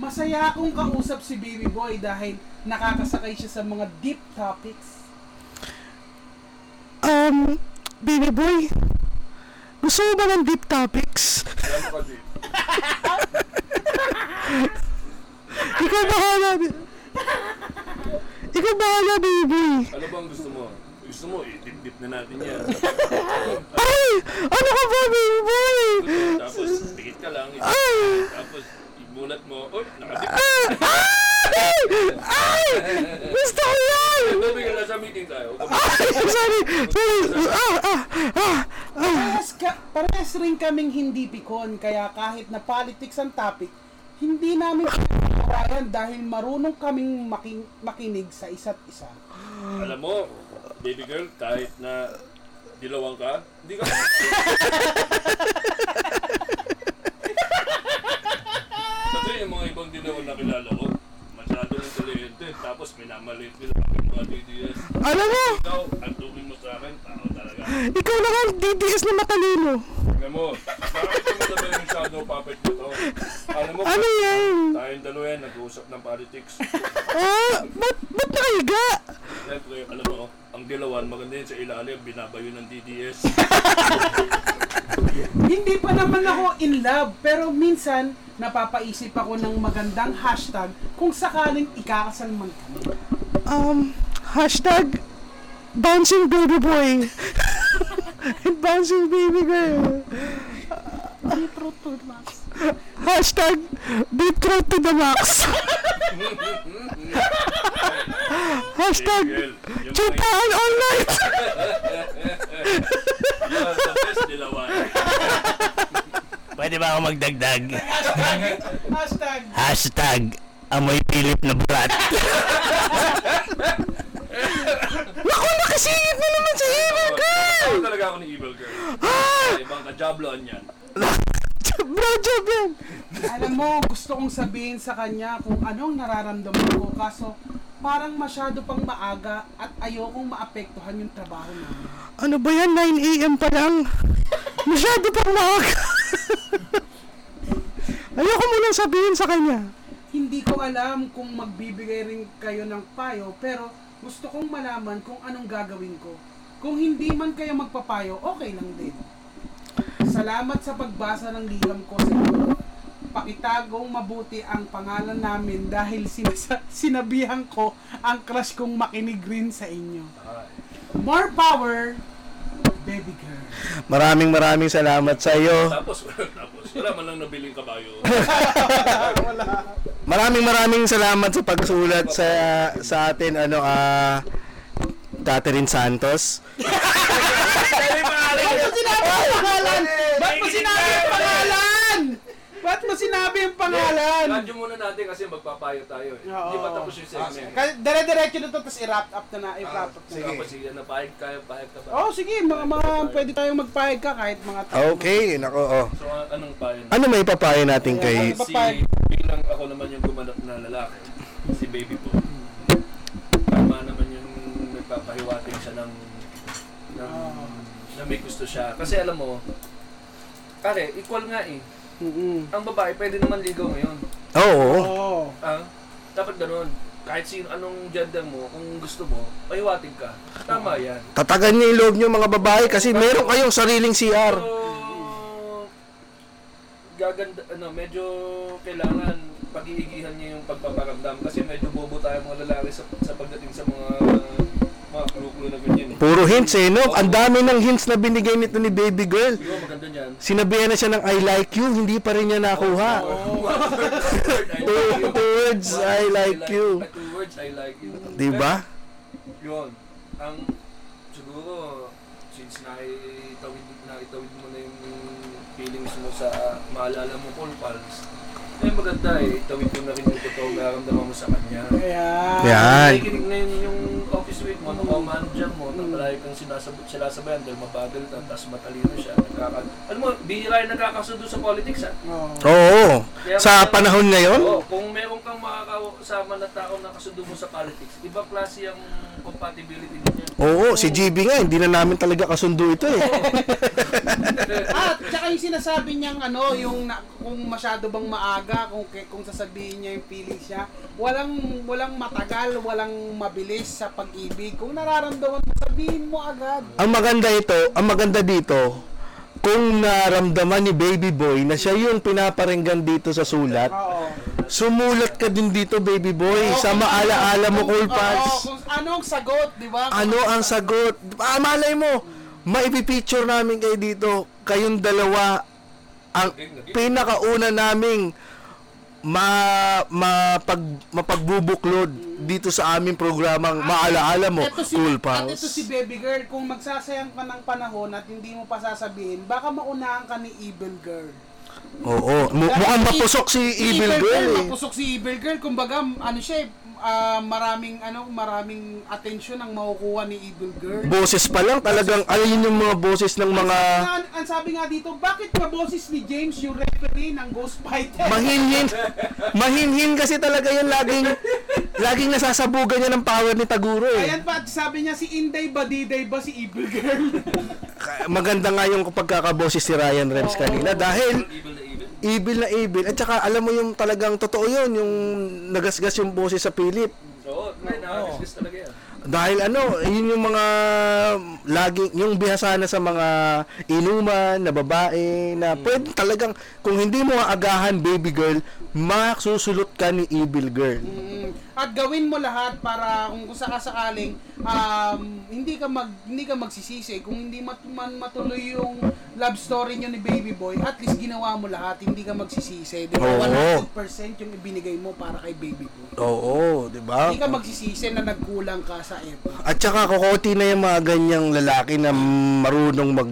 S2: Masaya akong kausap si Baby Boy dahil nakakasakay siya sa mga deep topics.
S7: um, baby boy, gusto mo ba ng deep topics?
S3: Alam ko din.
S7: Ikaw bahala, ba- Ikaw bahala, baby boy.
S3: Ano bang gusto mo? Gusto mo, i-dip-dip na natin yan.
S7: Ay! Ano ka ba, baby boy?
S3: Tapos, dikit ka lang. i-
S7: Ay!
S3: Tapos, imulat mo. Uy, nakadip.
S7: Ah! Ay! Ay! Gusto ko yan!
S3: Sabi ka na sa meeting tayo.
S7: Ay, sorry! Sorry! Ah! Ah! Ah! Ah!
S2: Parehas, ka, parehas rin kaming hindi pikon, kaya kahit na politics ang topic, hindi namin pinag dahil marunong kaming makin- makinig sa isa't isa.
S3: Alam mo, baby girl, kahit na dilawang ka, hindi ka Kasi yung mga ibang dilawang na kilala ko, masyadong talente, tapos minamalit nila ako yung mga DDS.
S7: Alam mo,
S3: Ikaw, ang tubig mo sa akin, tao talaga.
S7: ikaw na ang DDS na matalino.
S3: Alam mo, bakit mo sabi yung shadow puppet na to? Alam mo,
S7: Ano yan?
S3: tayong dalawa yan, nag-uusap ng politics.
S7: Ah! Ba't, ba't nakahiga?
S3: Siyempre, alam mo, ang dilawan, maganda yan sa ilalim, binabayo ng DDS.
S2: Hindi pa naman ako in love, pero minsan napapaisip ako ng magandang hashtag kung sakaling ikakasal man kami.
S7: Um, hashtag bouncing baby boy. And bouncing baby girl. Hashtag be true to the max. Hashtag
S3: Girl, yung mga
S7: chupahan all night.
S3: yan, the best dilawan.
S4: Pwede ba ako magdagdag?
S2: Hashtag!
S4: Hashtag amoy pilip na brat.
S7: Naku, nakasingit na naman si evil girl.
S3: Ako talaga ako ni Evil Girl.
S7: Ah!
S3: Ibang kajabloan yan.
S7: Bro, job yan.
S2: Alam mo, gusto kong sabihin sa kanya kung anong nararamdaman ko, kaso parang masyado pang maaga at ayokong maapektuhan yung trabaho namin.
S7: Ano ba yan? 9am pa lang. Masyado pang maaga. Ayoko munang sabihin sa kanya.
S2: Hindi ko alam kung magbibigay rin kayo ng payo, pero gusto kong malaman kung anong gagawin ko. Kung hindi man kayo magpapayo, okay lang din. Salamat sa pagbasa ng liham ko sa inyo. Pakitagong mabuti ang pangalan namin dahil sinasa- sinabihan ko ang crush kong makinig rin sa inyo. More power, baby girl.
S1: Maraming maraming salamat sa iyo.
S3: Tapos, tapos, wala man lang nabiling kabayo.
S1: Maraming maraming salamat sa pagsulat sa sa atin ano ah Catherine Santos.
S2: Ba't mo sinabi ang pangalan? Ba't mo sinabi ang pangalan? Ba't mo sinabi ang pangalan?
S9: Radyo muna natin kasi magpapayo tayo eh. Hindi pa tapos yung segment.
S2: Kasi Ah, dire-diretso na to, tapos i-wrap up na na, i-wrap up na.
S9: Tapos sige, napahig kayo, pahig ka ba?
S2: Oh, sige, mga mga pwede tayong magpahig ka kahit mga
S1: Ah, Okay, nako. Oh.
S3: So, an- anong payo na?
S1: Ano may papayo natin
S2: Ano
S1: kay
S3: Si, bilang ako naman yung gumanap na lalaki, si Baby Boy. Tama naman yung nagpapahiwating siya ng, ng, na may gusto siya. Kasi alam mo,
S9: Pare, equal nga eh.
S2: Mm-mm.
S9: Ang babae pwede naman ligaw ngayon.
S1: Oo.
S2: Oo.
S9: Ah, dapat ganun. Kahit sino anong gender mo, kung gusto mo, pahiwatig ka. Tama yan.
S1: Tatagan niyo yung loob niyo mga babae kasi meron kayong sariling CR.
S9: So, gaganda, ano, medyo kailangan pag-iigihan niya yung pagpaparamdam kasi medyo bobo tayo mga lalaki sa, sa pagdating sa mga mga clue-clue na ganyan eh.
S1: Puro hints eh, no? Ang dami ng hints na binigay nito ni baby girl.
S9: Siguro maganda niyan.
S1: Sinabihan na siya ng I like you, hindi pa rin niya nakuha.
S3: Oh,
S1: Two, two words, I like you.
S9: At two words, I like you.
S1: Diba?
S9: Yun. Ang siguro since naitawid, naitawid mo na yung feelings mo sa maalala mo Paul Pals,
S3: Eh, maganda eh. Tawid mo na rin yung totoo nararamdaman mo sa kanya. eh.
S2: Ayan.
S1: Yan.
S3: Nakikinig na yun yung office mate mo, ano ka manager mo, na palagi kang sinasabot sila sa bayan dahil mabagal ka, tapos matalino siya. Nagkaka Alam mo, bihira yung nagkakasundo sa politics ah.
S2: Oo.
S1: Oh. Oo. Sa panahon ngayon?
S3: Oo, kung meron kang makakasama na tao na kasundo mo sa politics, iba klase ang compatibility niya.
S1: Oo, si GB nga, hindi na namin talaga kasundo ito eh.
S2: At tsaka yung sinasabi niyang ano, yung na, kung masyado bang maaga, kung ke- kung sasabihin niya yung pili siya, walang walang matagal, walang mabilis sa pag-ibig. Kung nararamdaman mo, sabihin mo agad.
S1: ang maganda ito, ang maganda dito, kung naramdaman ni Baby Boy na siya yung pinaparinggan dito sa sulat,
S2: Oo.
S1: sumulat ka din dito, Baby Boy, sa maalaala mo,
S2: Oo,
S1: Cool Pals.
S2: kung anong sagot, di ba?
S1: Ano ang sagot? Ah, malay mo, maipipicture namin kayo dito. Kayong dalawa, ang pinakauna naming ma, mapag, mapagbubuklod dito sa aming programang maalaala mo,
S2: Ito si,
S1: Cool
S2: at ito
S1: Pals.
S2: si Baby Girl, kung magsasayang ka ng panahon at hindi mo pa sasabihin, baka maunahan ka ni Evil Girl.
S1: Oo, mu- mukhang mapusok si Evil Girl eh.
S2: Mapusok si Evil Girl. Kumbaga, ano siya eh, ah, maraming, ano, maraming attention ang makukuha ni Evil Girl.
S1: Boses pa lang talagang alin yung mga boses ng mga
S2: Ang, ang sabi nga dito, bakit maboses ni James yung referee ng Ghost Fighter?
S1: mahinhin. Mahinhin kasi talaga yun laging laging nasasabugan niya ng power ni Taguro eh.
S2: Ayan pa, sabi niya si Inday ba, Diday ba si Evil Girl?
S1: Ka- Maganda nga yung pagkakaboses si Ryan Rems kanina dahil
S3: Evil na evil.
S1: evil na evil at saka alam mo yung talagang totoo yun yung nagasgas yung boses sa Philip.
S3: Oo, may nakakasgas talaga yan.
S1: Dahil ano, yun yung mga laging yung bihasa na sa mga inuman na babae na
S2: Mm.
S1: pwede talagang kung hindi mo agahan baby girl, makasusulot ka ni evil girl.
S2: Mm. At gawin mo lahat para kung sakasakaling um, hindi ka mag hindi ka magsisisi kung hindi mat, man matuloy yung love story niyo ni Baby Boy at least ginawa mo lahat hindi ka magsisisi di ba 100%
S1: Oo.
S2: yung ibinigay mo para kay Baby Boy
S1: Oo, 'di ba?
S2: hindi ka magsisisi na nagkulang ka sa effort
S1: At saka kokoti na yung mga ganyang lalaki na marunong mag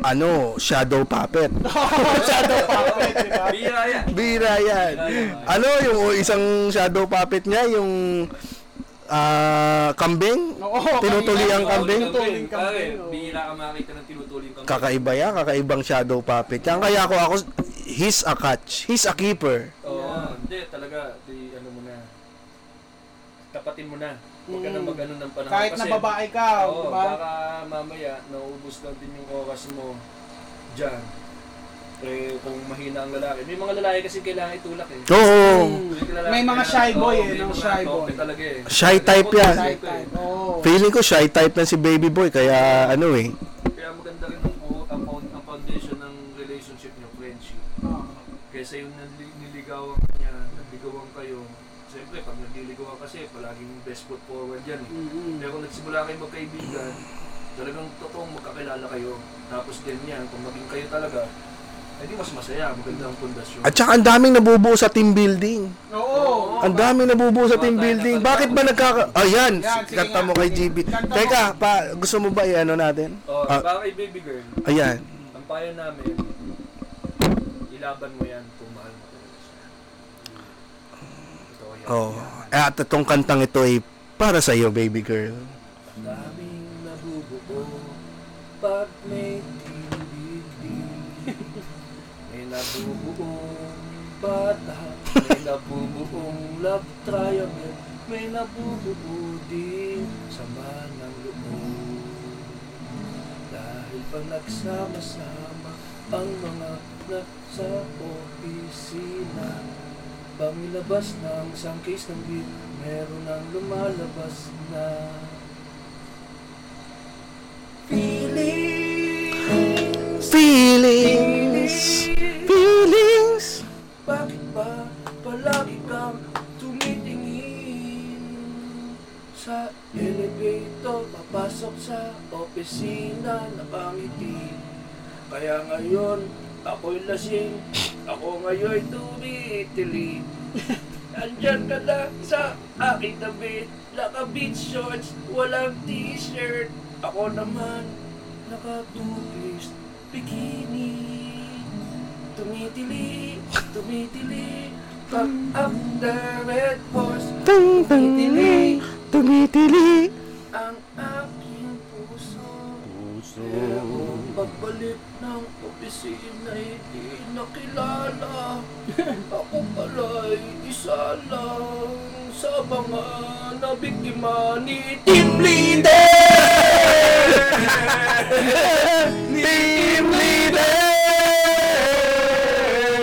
S1: ano, shadow puppet.
S3: Bihira yan.
S1: Bira yan. Ano yung o, isang shadow puppet niya, yung ah, kambing?
S2: Oo,
S1: Tinutuloy ang kambing?
S3: Tinutuling kambing. Pare,
S2: oo.
S3: bihira ka makita ng tinutuling kambing.
S1: Kakaiba yan, kakaibang shadow puppet. Yan kaya ako, ako, he's a catch. He's a keeper.
S3: Oo, hindi talaga. Di, ano mo na. Tapatin mo na. Huwag ka nang mag-ano ng panahon.
S2: Mm. kahit na
S3: Kasi,
S2: babae ka
S3: oo,
S2: di ba
S3: baka mamaya naubos lang din yung oras mo dyan. Eh, kung mahina ang lalaki. May mga lalaki kasi kailangan itulak eh.
S1: Oo.
S2: May mga shy boy eh,
S3: no?
S2: no? Shy boy.
S3: Talaga eh.
S1: Shy type yan.
S2: Shy type, oh. oo.
S1: Feeling ko shy type na si baby boy, kaya ano eh.
S3: Kaya maganda rin ang, buo- ang, found- ang foundation ng relationship niyo, friendship.
S2: Oo.
S3: Kesa yung nali- niligawan ka niya, nagligawan kayo, siyempre pag nagliligawan kasi palaging best foot forward yan. eh.
S2: Mm-mm.
S3: Pero kung nagsimula kayo magkaibigan, talagang totoong magkakilala kayo. Tapos din yan, kung maging kayo talaga, ay di mas masaya, maganda ang pundasyon.
S1: At saka ang daming nabubuo sa team building.
S2: oo
S1: Ang daming nabubuo sa team building. Bakit ba nagkaka... Ayan,
S2: Yan, sige
S1: kanta
S2: nga.
S1: mo kay GB.
S2: Kanta mo.
S1: Teka, pa, gusto mo ba i-ano natin?
S3: Oh,
S1: Ah,
S3: para kay baby girl,
S1: ayan.
S3: ang payo namin, ilaban mo yan kung mahal mo talaga siya. Ito yan.
S1: Oh. At itong kantang ito ay para sa iyo, baby girl.
S3: Daming nabubuo pag may tibig May nabubuong bata May nabubuong love triangle May nabubuo din sama ng loob Dahil pag nagsama-sama ang mga nasa opisina Pamilabas ng sangkis ng beer, meron ang lumalabas na
S1: Feelings. Feelings.
S3: Bakit ba palagi kang tumitingin? Sa elevator, papasok sa opisina, napangiti. Kaya ngayon, ako'y lasing, ako ngayon tumitili. Andyan ka lang sa aking tabi, naka beach shorts, walang t-shirt. Ako naman, naka two-piece bikini. Tumitili, tumitili, pop up the red horse.
S7: Tung, tung,
S3: Tumitili,
S7: tumitili.
S3: ang aking puso. Puso. Pagbalik ng opisina, hindi nakilala. Ako pala'y isa lang sa mga nabiktima ni Team Leader!
S1: Team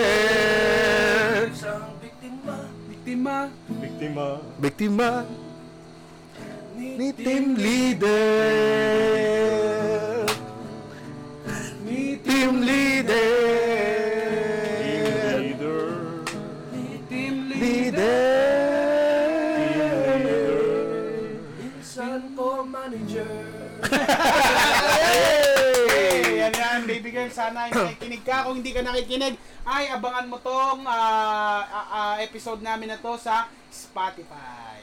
S1: leader!
S3: Isang biktima
S2: Biktima.
S4: Biktima.
S1: Biktima ni team leader. Ni team leader.
S2: Team
S1: Leader.
S3: Minsan ko manager
S2: Hey, yan yan, baby girl. Sana ay nakikinig ka. Kung hindi ka nakikinig, ay abangan mo tong ah, ah, ah, episode namin na to sa Spotify.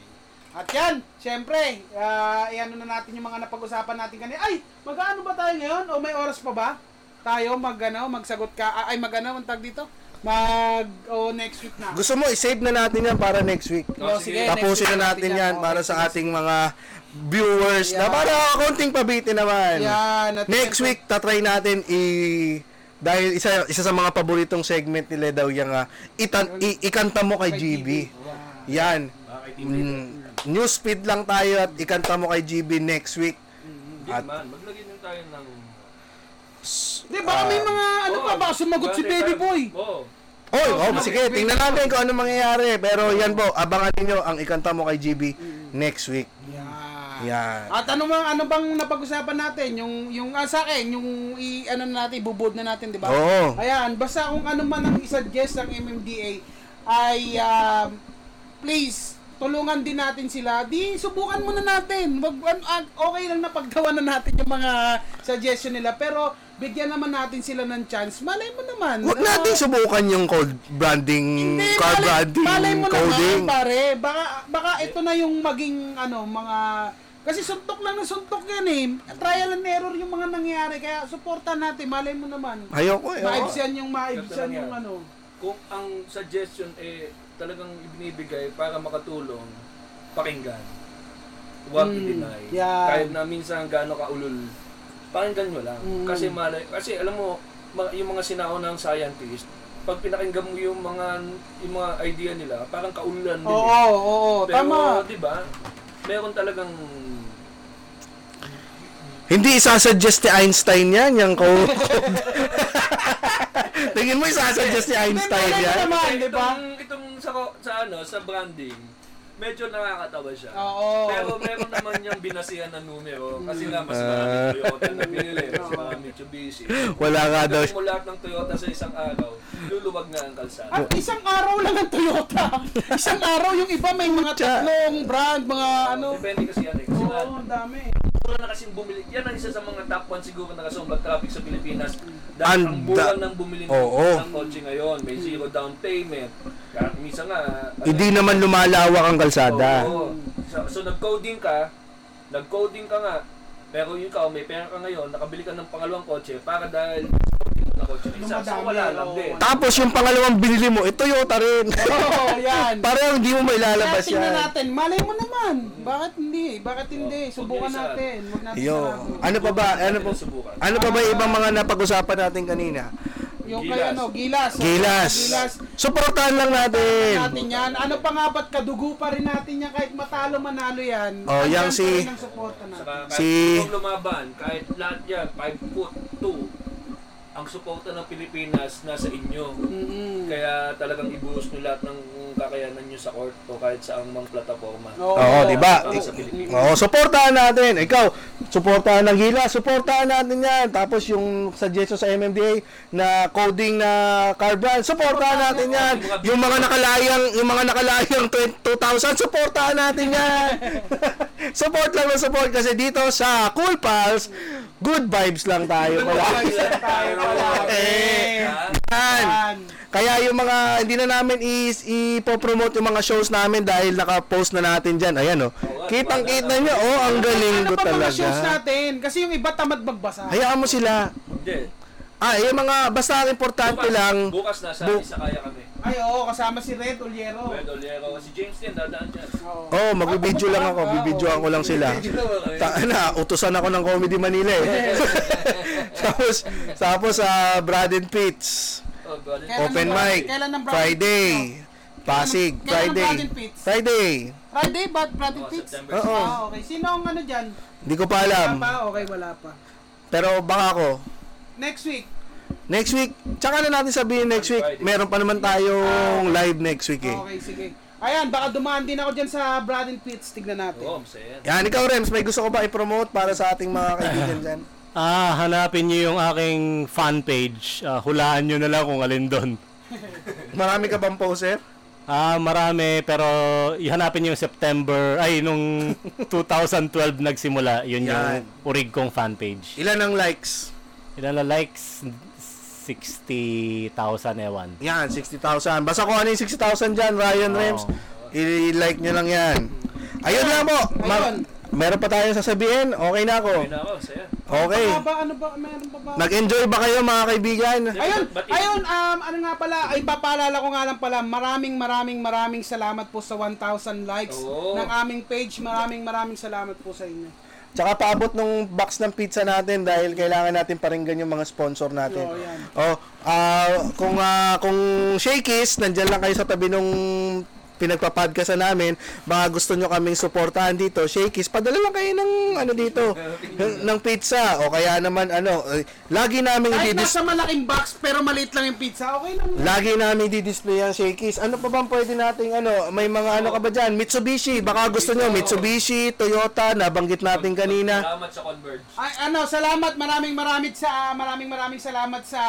S2: At yan, syempre, uh, ano na natin yung mga napag-usapan natin kanina. Ay, mag-ano ba tayo ngayon? O may oras pa ba? Tayo mag ano, magsagot ka. Ah, Ay, mag-ano, ang tag dito? Mag, o next week na.
S1: Gusto mo, i-save na natin yan para next week.
S2: Oh, sige, next
S1: Tapusin
S2: week
S1: na natin yan
S2: Okay,
S1: para
S2: sige.
S1: sa ating mga viewers na
S2: Yeah.
S1: para konting pabitin naman.
S2: Yan, at-
S1: Next week, tatry natin i... Dahil isa, isa sa mga paboritong segment nila daw yung ah, itan, i, ikanta mo kay GB. Yan. Mm, new speed lang tayo at ikanta mo kay GB next week.
S3: Hindi
S1: At-
S3: man, maglagay din tayo ng...
S2: Hindi, baka may mga, ano pa, baka sumagot si Baby Boy.
S3: Oo.
S1: Oy, oh, sige, tingnan natin kung ano mangyayari. Pero yan po, abangan ninyo ang ikanta mo kay GB next week.
S2: Yan.
S1: Yan.
S2: At ano bang ano bang napag-usapan natin yung yung ah, sa akin yung i ano na natin ibubod na natin, 'di ba?
S1: Oo.
S2: Ayan, basta kung ano man ang i-suggest ng MMDA ay um, please tulungan din natin sila. Di subukan muna natin. Wag an- an- okay lang na pagtawanan natin yung mga suggestion nila pero bigyan naman natin sila ng chance. Malay mo naman.
S1: Huwag
S2: ano?
S1: natin subukan yung cold branding,
S2: Hindi,
S1: car
S2: malay-
S1: branding,
S2: malay mo
S1: coding.
S2: naman, pare. Baka, baka ito na yung maging, ano, mga... Kasi suntok lang ng suntok yan eh. Trial and error yung mga nangyari. Kaya supportan natin. Malay mo naman.
S1: Ayoko, eh, oh. ayoko.
S2: Maibs yan yung maibs
S3: Ganito
S2: yan
S3: lang
S2: yung
S3: yan.
S2: ano.
S3: Kung ang suggestion eh talagang ibinibigay para makatulong, pakinggan. Huwag
S2: Mm,
S3: i-deny.
S2: yeah.
S3: Kahit na minsan gaano kaulol, pakinggan nyo lang.
S2: Mm.
S3: Kasi malay, kasi alam mo, ma- yung mga sinaunang scientist, pag pinakinggan mo yung mga yung mga idea nila, parang kaululan din.
S2: Oo,
S3: eh.
S2: oo, oo.
S3: Pero,
S2: Tama.
S3: di ba? Meron talagang
S1: Hindi isasuggest ni Einstein yan, yung code. Tingin mo isasuggest ni Einstein
S2: Malay mo
S1: yan?
S3: Kasi
S2: naman, di ba?
S3: Diba? Itong, itong sa, sa ano, sa branding, medyo nakakatawa siya.
S2: Oo.
S3: Pero meron naman niyang binasihan ng numero. Kasi nga,
S1: Mm.
S3: mas marami Toyota na binili. Mas marami Mitsubishi.
S1: Wala nga daw.
S3: Kung mo lahat ng Toyota sa isang araw, luluwag na ang kalsada.
S2: At isang araw lang ang Toyota. isang araw yung iba may mga tatlong brand, mga ano.
S3: Depende kasi yan eh. Kasi
S2: Oo,
S3: lahat,
S2: ang dami.
S3: mura na kasing bumili. Yan ang isa sa mga top 1 siguro na kasumbat traffic sa Pilipinas. Dahil
S1: And
S3: ang buwan
S1: the-
S3: ng bumili ng
S1: Oo.
S3: ng kotse ngayon. May zero down payment. Kaya minsan nga... ano,
S1: Hindi naman lumalawak ang kalsada.
S3: Oo. So, so nag-coding ka, nag-coding ka nga, pero yun ka, may pera ka ngayon, nakabili ka ng pangalawang kotse para dahil coding mo na kotse na isa. So
S2: Dumadami,
S3: wala lang
S2: oo.
S3: din.
S1: Tapos yung pangalawang binili mo, ito Toyota rin.
S2: Oo, yan.
S1: Parang hindi mo mailalabas
S2: Kaya tingnan
S1: yan.
S2: natin. Malay mo naman. Bakit hindi? Bakit hindi?
S3: Oh,
S2: Subukan
S3: huwag yan
S2: natin. Huwag natin
S1: Yo,
S2: sarado.
S1: ano pa ba? Ano pa,
S3: Subukan.
S1: ano pa ba yung ibang mga napag-usapan natin kanina?
S2: Yung kay
S3: Gilas.
S2: ano, gilas.
S1: Gilas.
S2: Gilas.
S1: Suportahan lang natin.
S2: Natin yan. Ano pa nga ba't kadugo pa rin natin yan kahit matalo manalo yan.
S1: Oh,
S2: Andyan
S1: yang
S2: pa
S1: si-
S2: rin ang suporta natin.
S3: Saka kahit
S1: Si-
S3: ikaw lumaban, kahit lahat yan, 5 foot 2, ang suporta ng Pilipinas nasa inyo.
S2: Mm-mm.
S3: Kaya talagang ibuhos nyo lahat ng kakayanan nyo sa court o kahit sa mang plataforma.
S2: Oo,
S1: Oo, di ba?
S3: Para sa Pilipinas.
S1: Oo, suportahan natin. Ikaw, suportahan ng gila, suportahan natin yan. Tapos yung suggestion sa MMDA na coding na car brand, suportahan natin yan. Yung mga nakalayang, yung mga nakalayang 20 2,000, suportahan natin yan. support lang na support kasi dito sa Cool Pals, good vibes lang tayo palagi.
S2: Tayo pala.
S1: Eh, yan.
S2: Yan.
S1: Kaya yung mga hindi na namin is ipopromote yung mga shows namin dahil naka-post na natin diyan. Ayan oh. Kitang-kita niyo oh, ang galing
S2: diba? Ano
S1: ko
S2: pa mga
S1: talaga.
S2: shows natin? Kasi yung iba tamad magbasa.
S1: Hayaan mo sila.
S3: Hindi.
S1: Ah, yung mga, basta ang
S2: Ano
S1: importante lang,
S3: Bukas na sa
S1: Bu-
S3: isa kaya kami.
S2: Ay, oo, kasama si Red Oliero.
S3: Red Oliero. Si James din, dadaan dyan.
S2: Oo.
S1: oh, magbibideo lang ako,
S2: Ah, oo.
S1: bibidyoan ko lang sila. Ta na, utusan ako ng Comedy Manila eh. tapos, tapos sa Brad and Pitts,
S3: Oh, brother.
S2: Kailan
S1: Open
S2: ng-
S1: mic,
S2: kailan ng Brad and
S1: Friday,
S2: Pitts,
S1: Pasig,
S2: Kailan ng
S1: Friday,
S2: Brad and Pitts?
S1: Friday,
S2: Friday ba, Brad and
S3: Oh,
S2: Pitts?
S3: September.
S1: oo,
S2: Ah, okay. Sino ang ano dyan?
S1: hindi ko pa
S2: Wala
S1: alam,
S2: pa? Okay, wala pa.
S1: pero baka ako.
S2: Next week.
S1: Next week, tsaka na natin sabihin next week, meron pa naman tayong live next week eh.
S2: Okay, sige. Ayan, baka dumaan din ako dyan sa Brad and Pitts. Tignan natin.
S3: Oo, Oh, masaya yan.
S1: Yan, ikaw Rems, may gusto ko ba i-promote para sa ating mga kaibigan dyan?
S4: Ah, hanapin niyo yung aking fan page. Ah, hulaan niyo na lang kung alin doon.
S1: Marami ka bang poser?
S4: Ah, marami pero ihanapin niyo yung September ay nung 2012 nagsimula, yun
S1: Yan.
S4: yung urig kong fan page.
S1: Ilan ang likes?
S4: Ilan na likes? 60,000 ewan.
S1: Yan, 60,000. Basta kung ano yung 60,000 dyan, Ryan
S4: Oo.
S1: Rems, i-like nyo lang yan. Ayun lang po! Ma- meron pa tayong sasabihin? Okay na ako.
S3: Ayun ako, masaya.
S1: Okay.
S2: Baka ba, ano ba, meron pa ba?
S1: Nag-enjoy ba kayo mga kaibigan?
S2: Ayun,
S3: Ba't- ba't-
S2: ayun, um, ano nga pala, ay papaalala ko nga lang pala, maraming maraming maraming salamat po sa 1,000 likes
S3: Oo.
S2: ng aming page. Maraming maraming salamat po sa inyo.
S1: Tsaka paabot nung box ng pizza natin dahil kailangan natin paringgan yung mga sponsor natin.
S2: Oo, yan.
S1: Oh, ah, kung ah, kung Shakey's, nandiyan lang kayo sa tabi nung pinagpa-podcastan namin, baka gusto nyo kaming suportahan dito, Shakey's, padala lang kayo ng ano dito, ng, ng pizza o kaya naman ano, eh, lagi namin
S2: Kahit
S1: i-display
S2: nasa malaking box pero maliit lang yung pizza, okay lang.
S1: Lagi namin di-display ang shakies. Ano pa bang pwede nating ano, may mga ano ka ba dyan? Mitsubishi, baka gusto nyo, Mitsubishi, Toyota, nabanggit natin kanina.
S3: Salamat sa Converge.
S2: Ay, ano, salamat, maraming maraming sa maraming maraming salamat sa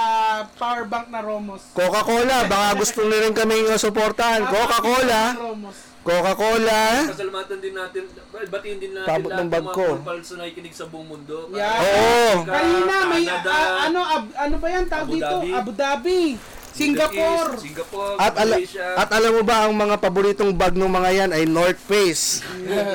S2: power bank na Romos.
S1: Coca-Cola, baka gusto nyo rin kami suportahan.
S2: Na
S1: Coca-Cola,
S2: Romos.
S1: Coca-Cola.
S3: Pasalamatan din natin, well, batiin din natin
S1: Tabot ng
S3: lahat ng
S1: bag
S3: mga
S1: ko.
S3: pulpals na nakikinig sa buong mundo.
S2: Yeah.
S1: Oo.
S2: Kanina may
S3: Canada,
S2: a- ano ab- ano ba 'yan tawag
S3: Abu
S2: dito?
S3: Dhabi.
S2: Abu Dhabi, Singapore.
S3: Singapore,
S1: At, ala-
S3: Malaysia.
S1: at alam mo ba, ang mga paboritong bag ng mga yan ay North Face.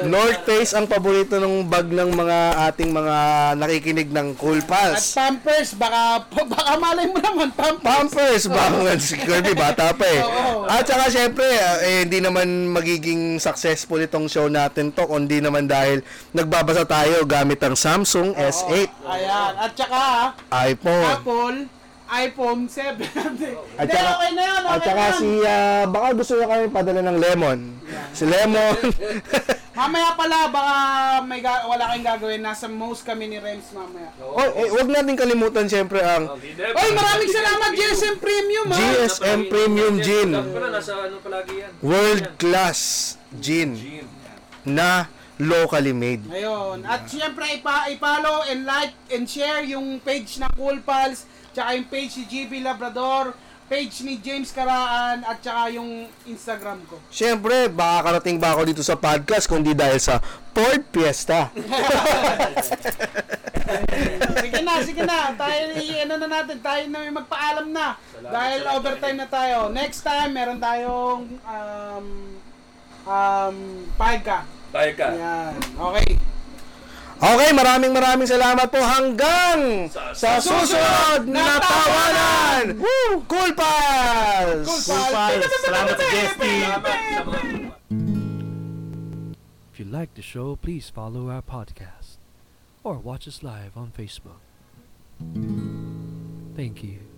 S1: North Face ang paborito ng bag ng mga ating mga nakikinig ng Cool
S2: At
S1: Pals.
S2: Pampers, baka baka malay mo naman Pampers.
S1: Pampers, bangan si Kirby, bata pa eh.
S2: Oo.
S1: At saka syempre, eh, hindi naman magiging successful itong show natin to, kundi naman dahil nagbabasa tayo gamit ang Samsung S8,
S2: Ayan. At saka
S1: iPhone.
S2: Apple iPhone 7. At
S1: At saka-
S2: okay na yun, okay
S1: At saka
S2: na
S1: si,
S2: yun.
S1: ah, baka gusto niya kami padala ng Lemon. Si Lemon.
S2: Mamaya pala, baka may ga- wala kayong gagawin. Nasa most kami ni Rems mamaya.
S1: oh, eh, huwag natin kalimutan syempre
S3: Oh,
S1: ang
S2: Oy, maraming salamat GSM Premium, ha?
S1: G- SM Premium Gin.
S3: Dapat pala, nasa ano palagi yan.
S1: world class gin
S3: Gin.
S1: na locally made.
S2: Ayun. At syempre, ipa i-follow and like and share yung page ng Cool Pals, tsaka yung page ni GB Labrador, page ni James Karaan, at tsaka yung Instagram ko.
S1: Siyempre, baka karating ba ako dito sa podcast kundi dahil sa Ford Fiesta.
S2: Sige na, sige na. Tayo, ano na natin, tayo na may magpaalam na. dahil overtime na tayo. Next time, meron tayong um, um, pahig ka.
S3: Tayo ka.
S2: Yan. Okay.
S1: Okay, maraming maraming salamat po hanggang sa,
S3: Sa-
S1: susunod na tawanan! Cool Pals!
S2: Cool Pals!
S4: Salamat sa guesting.
S3: Salamat sa mga-
S10: If you like the show, please follow our podcast or watch us live on Facebook. Thank you.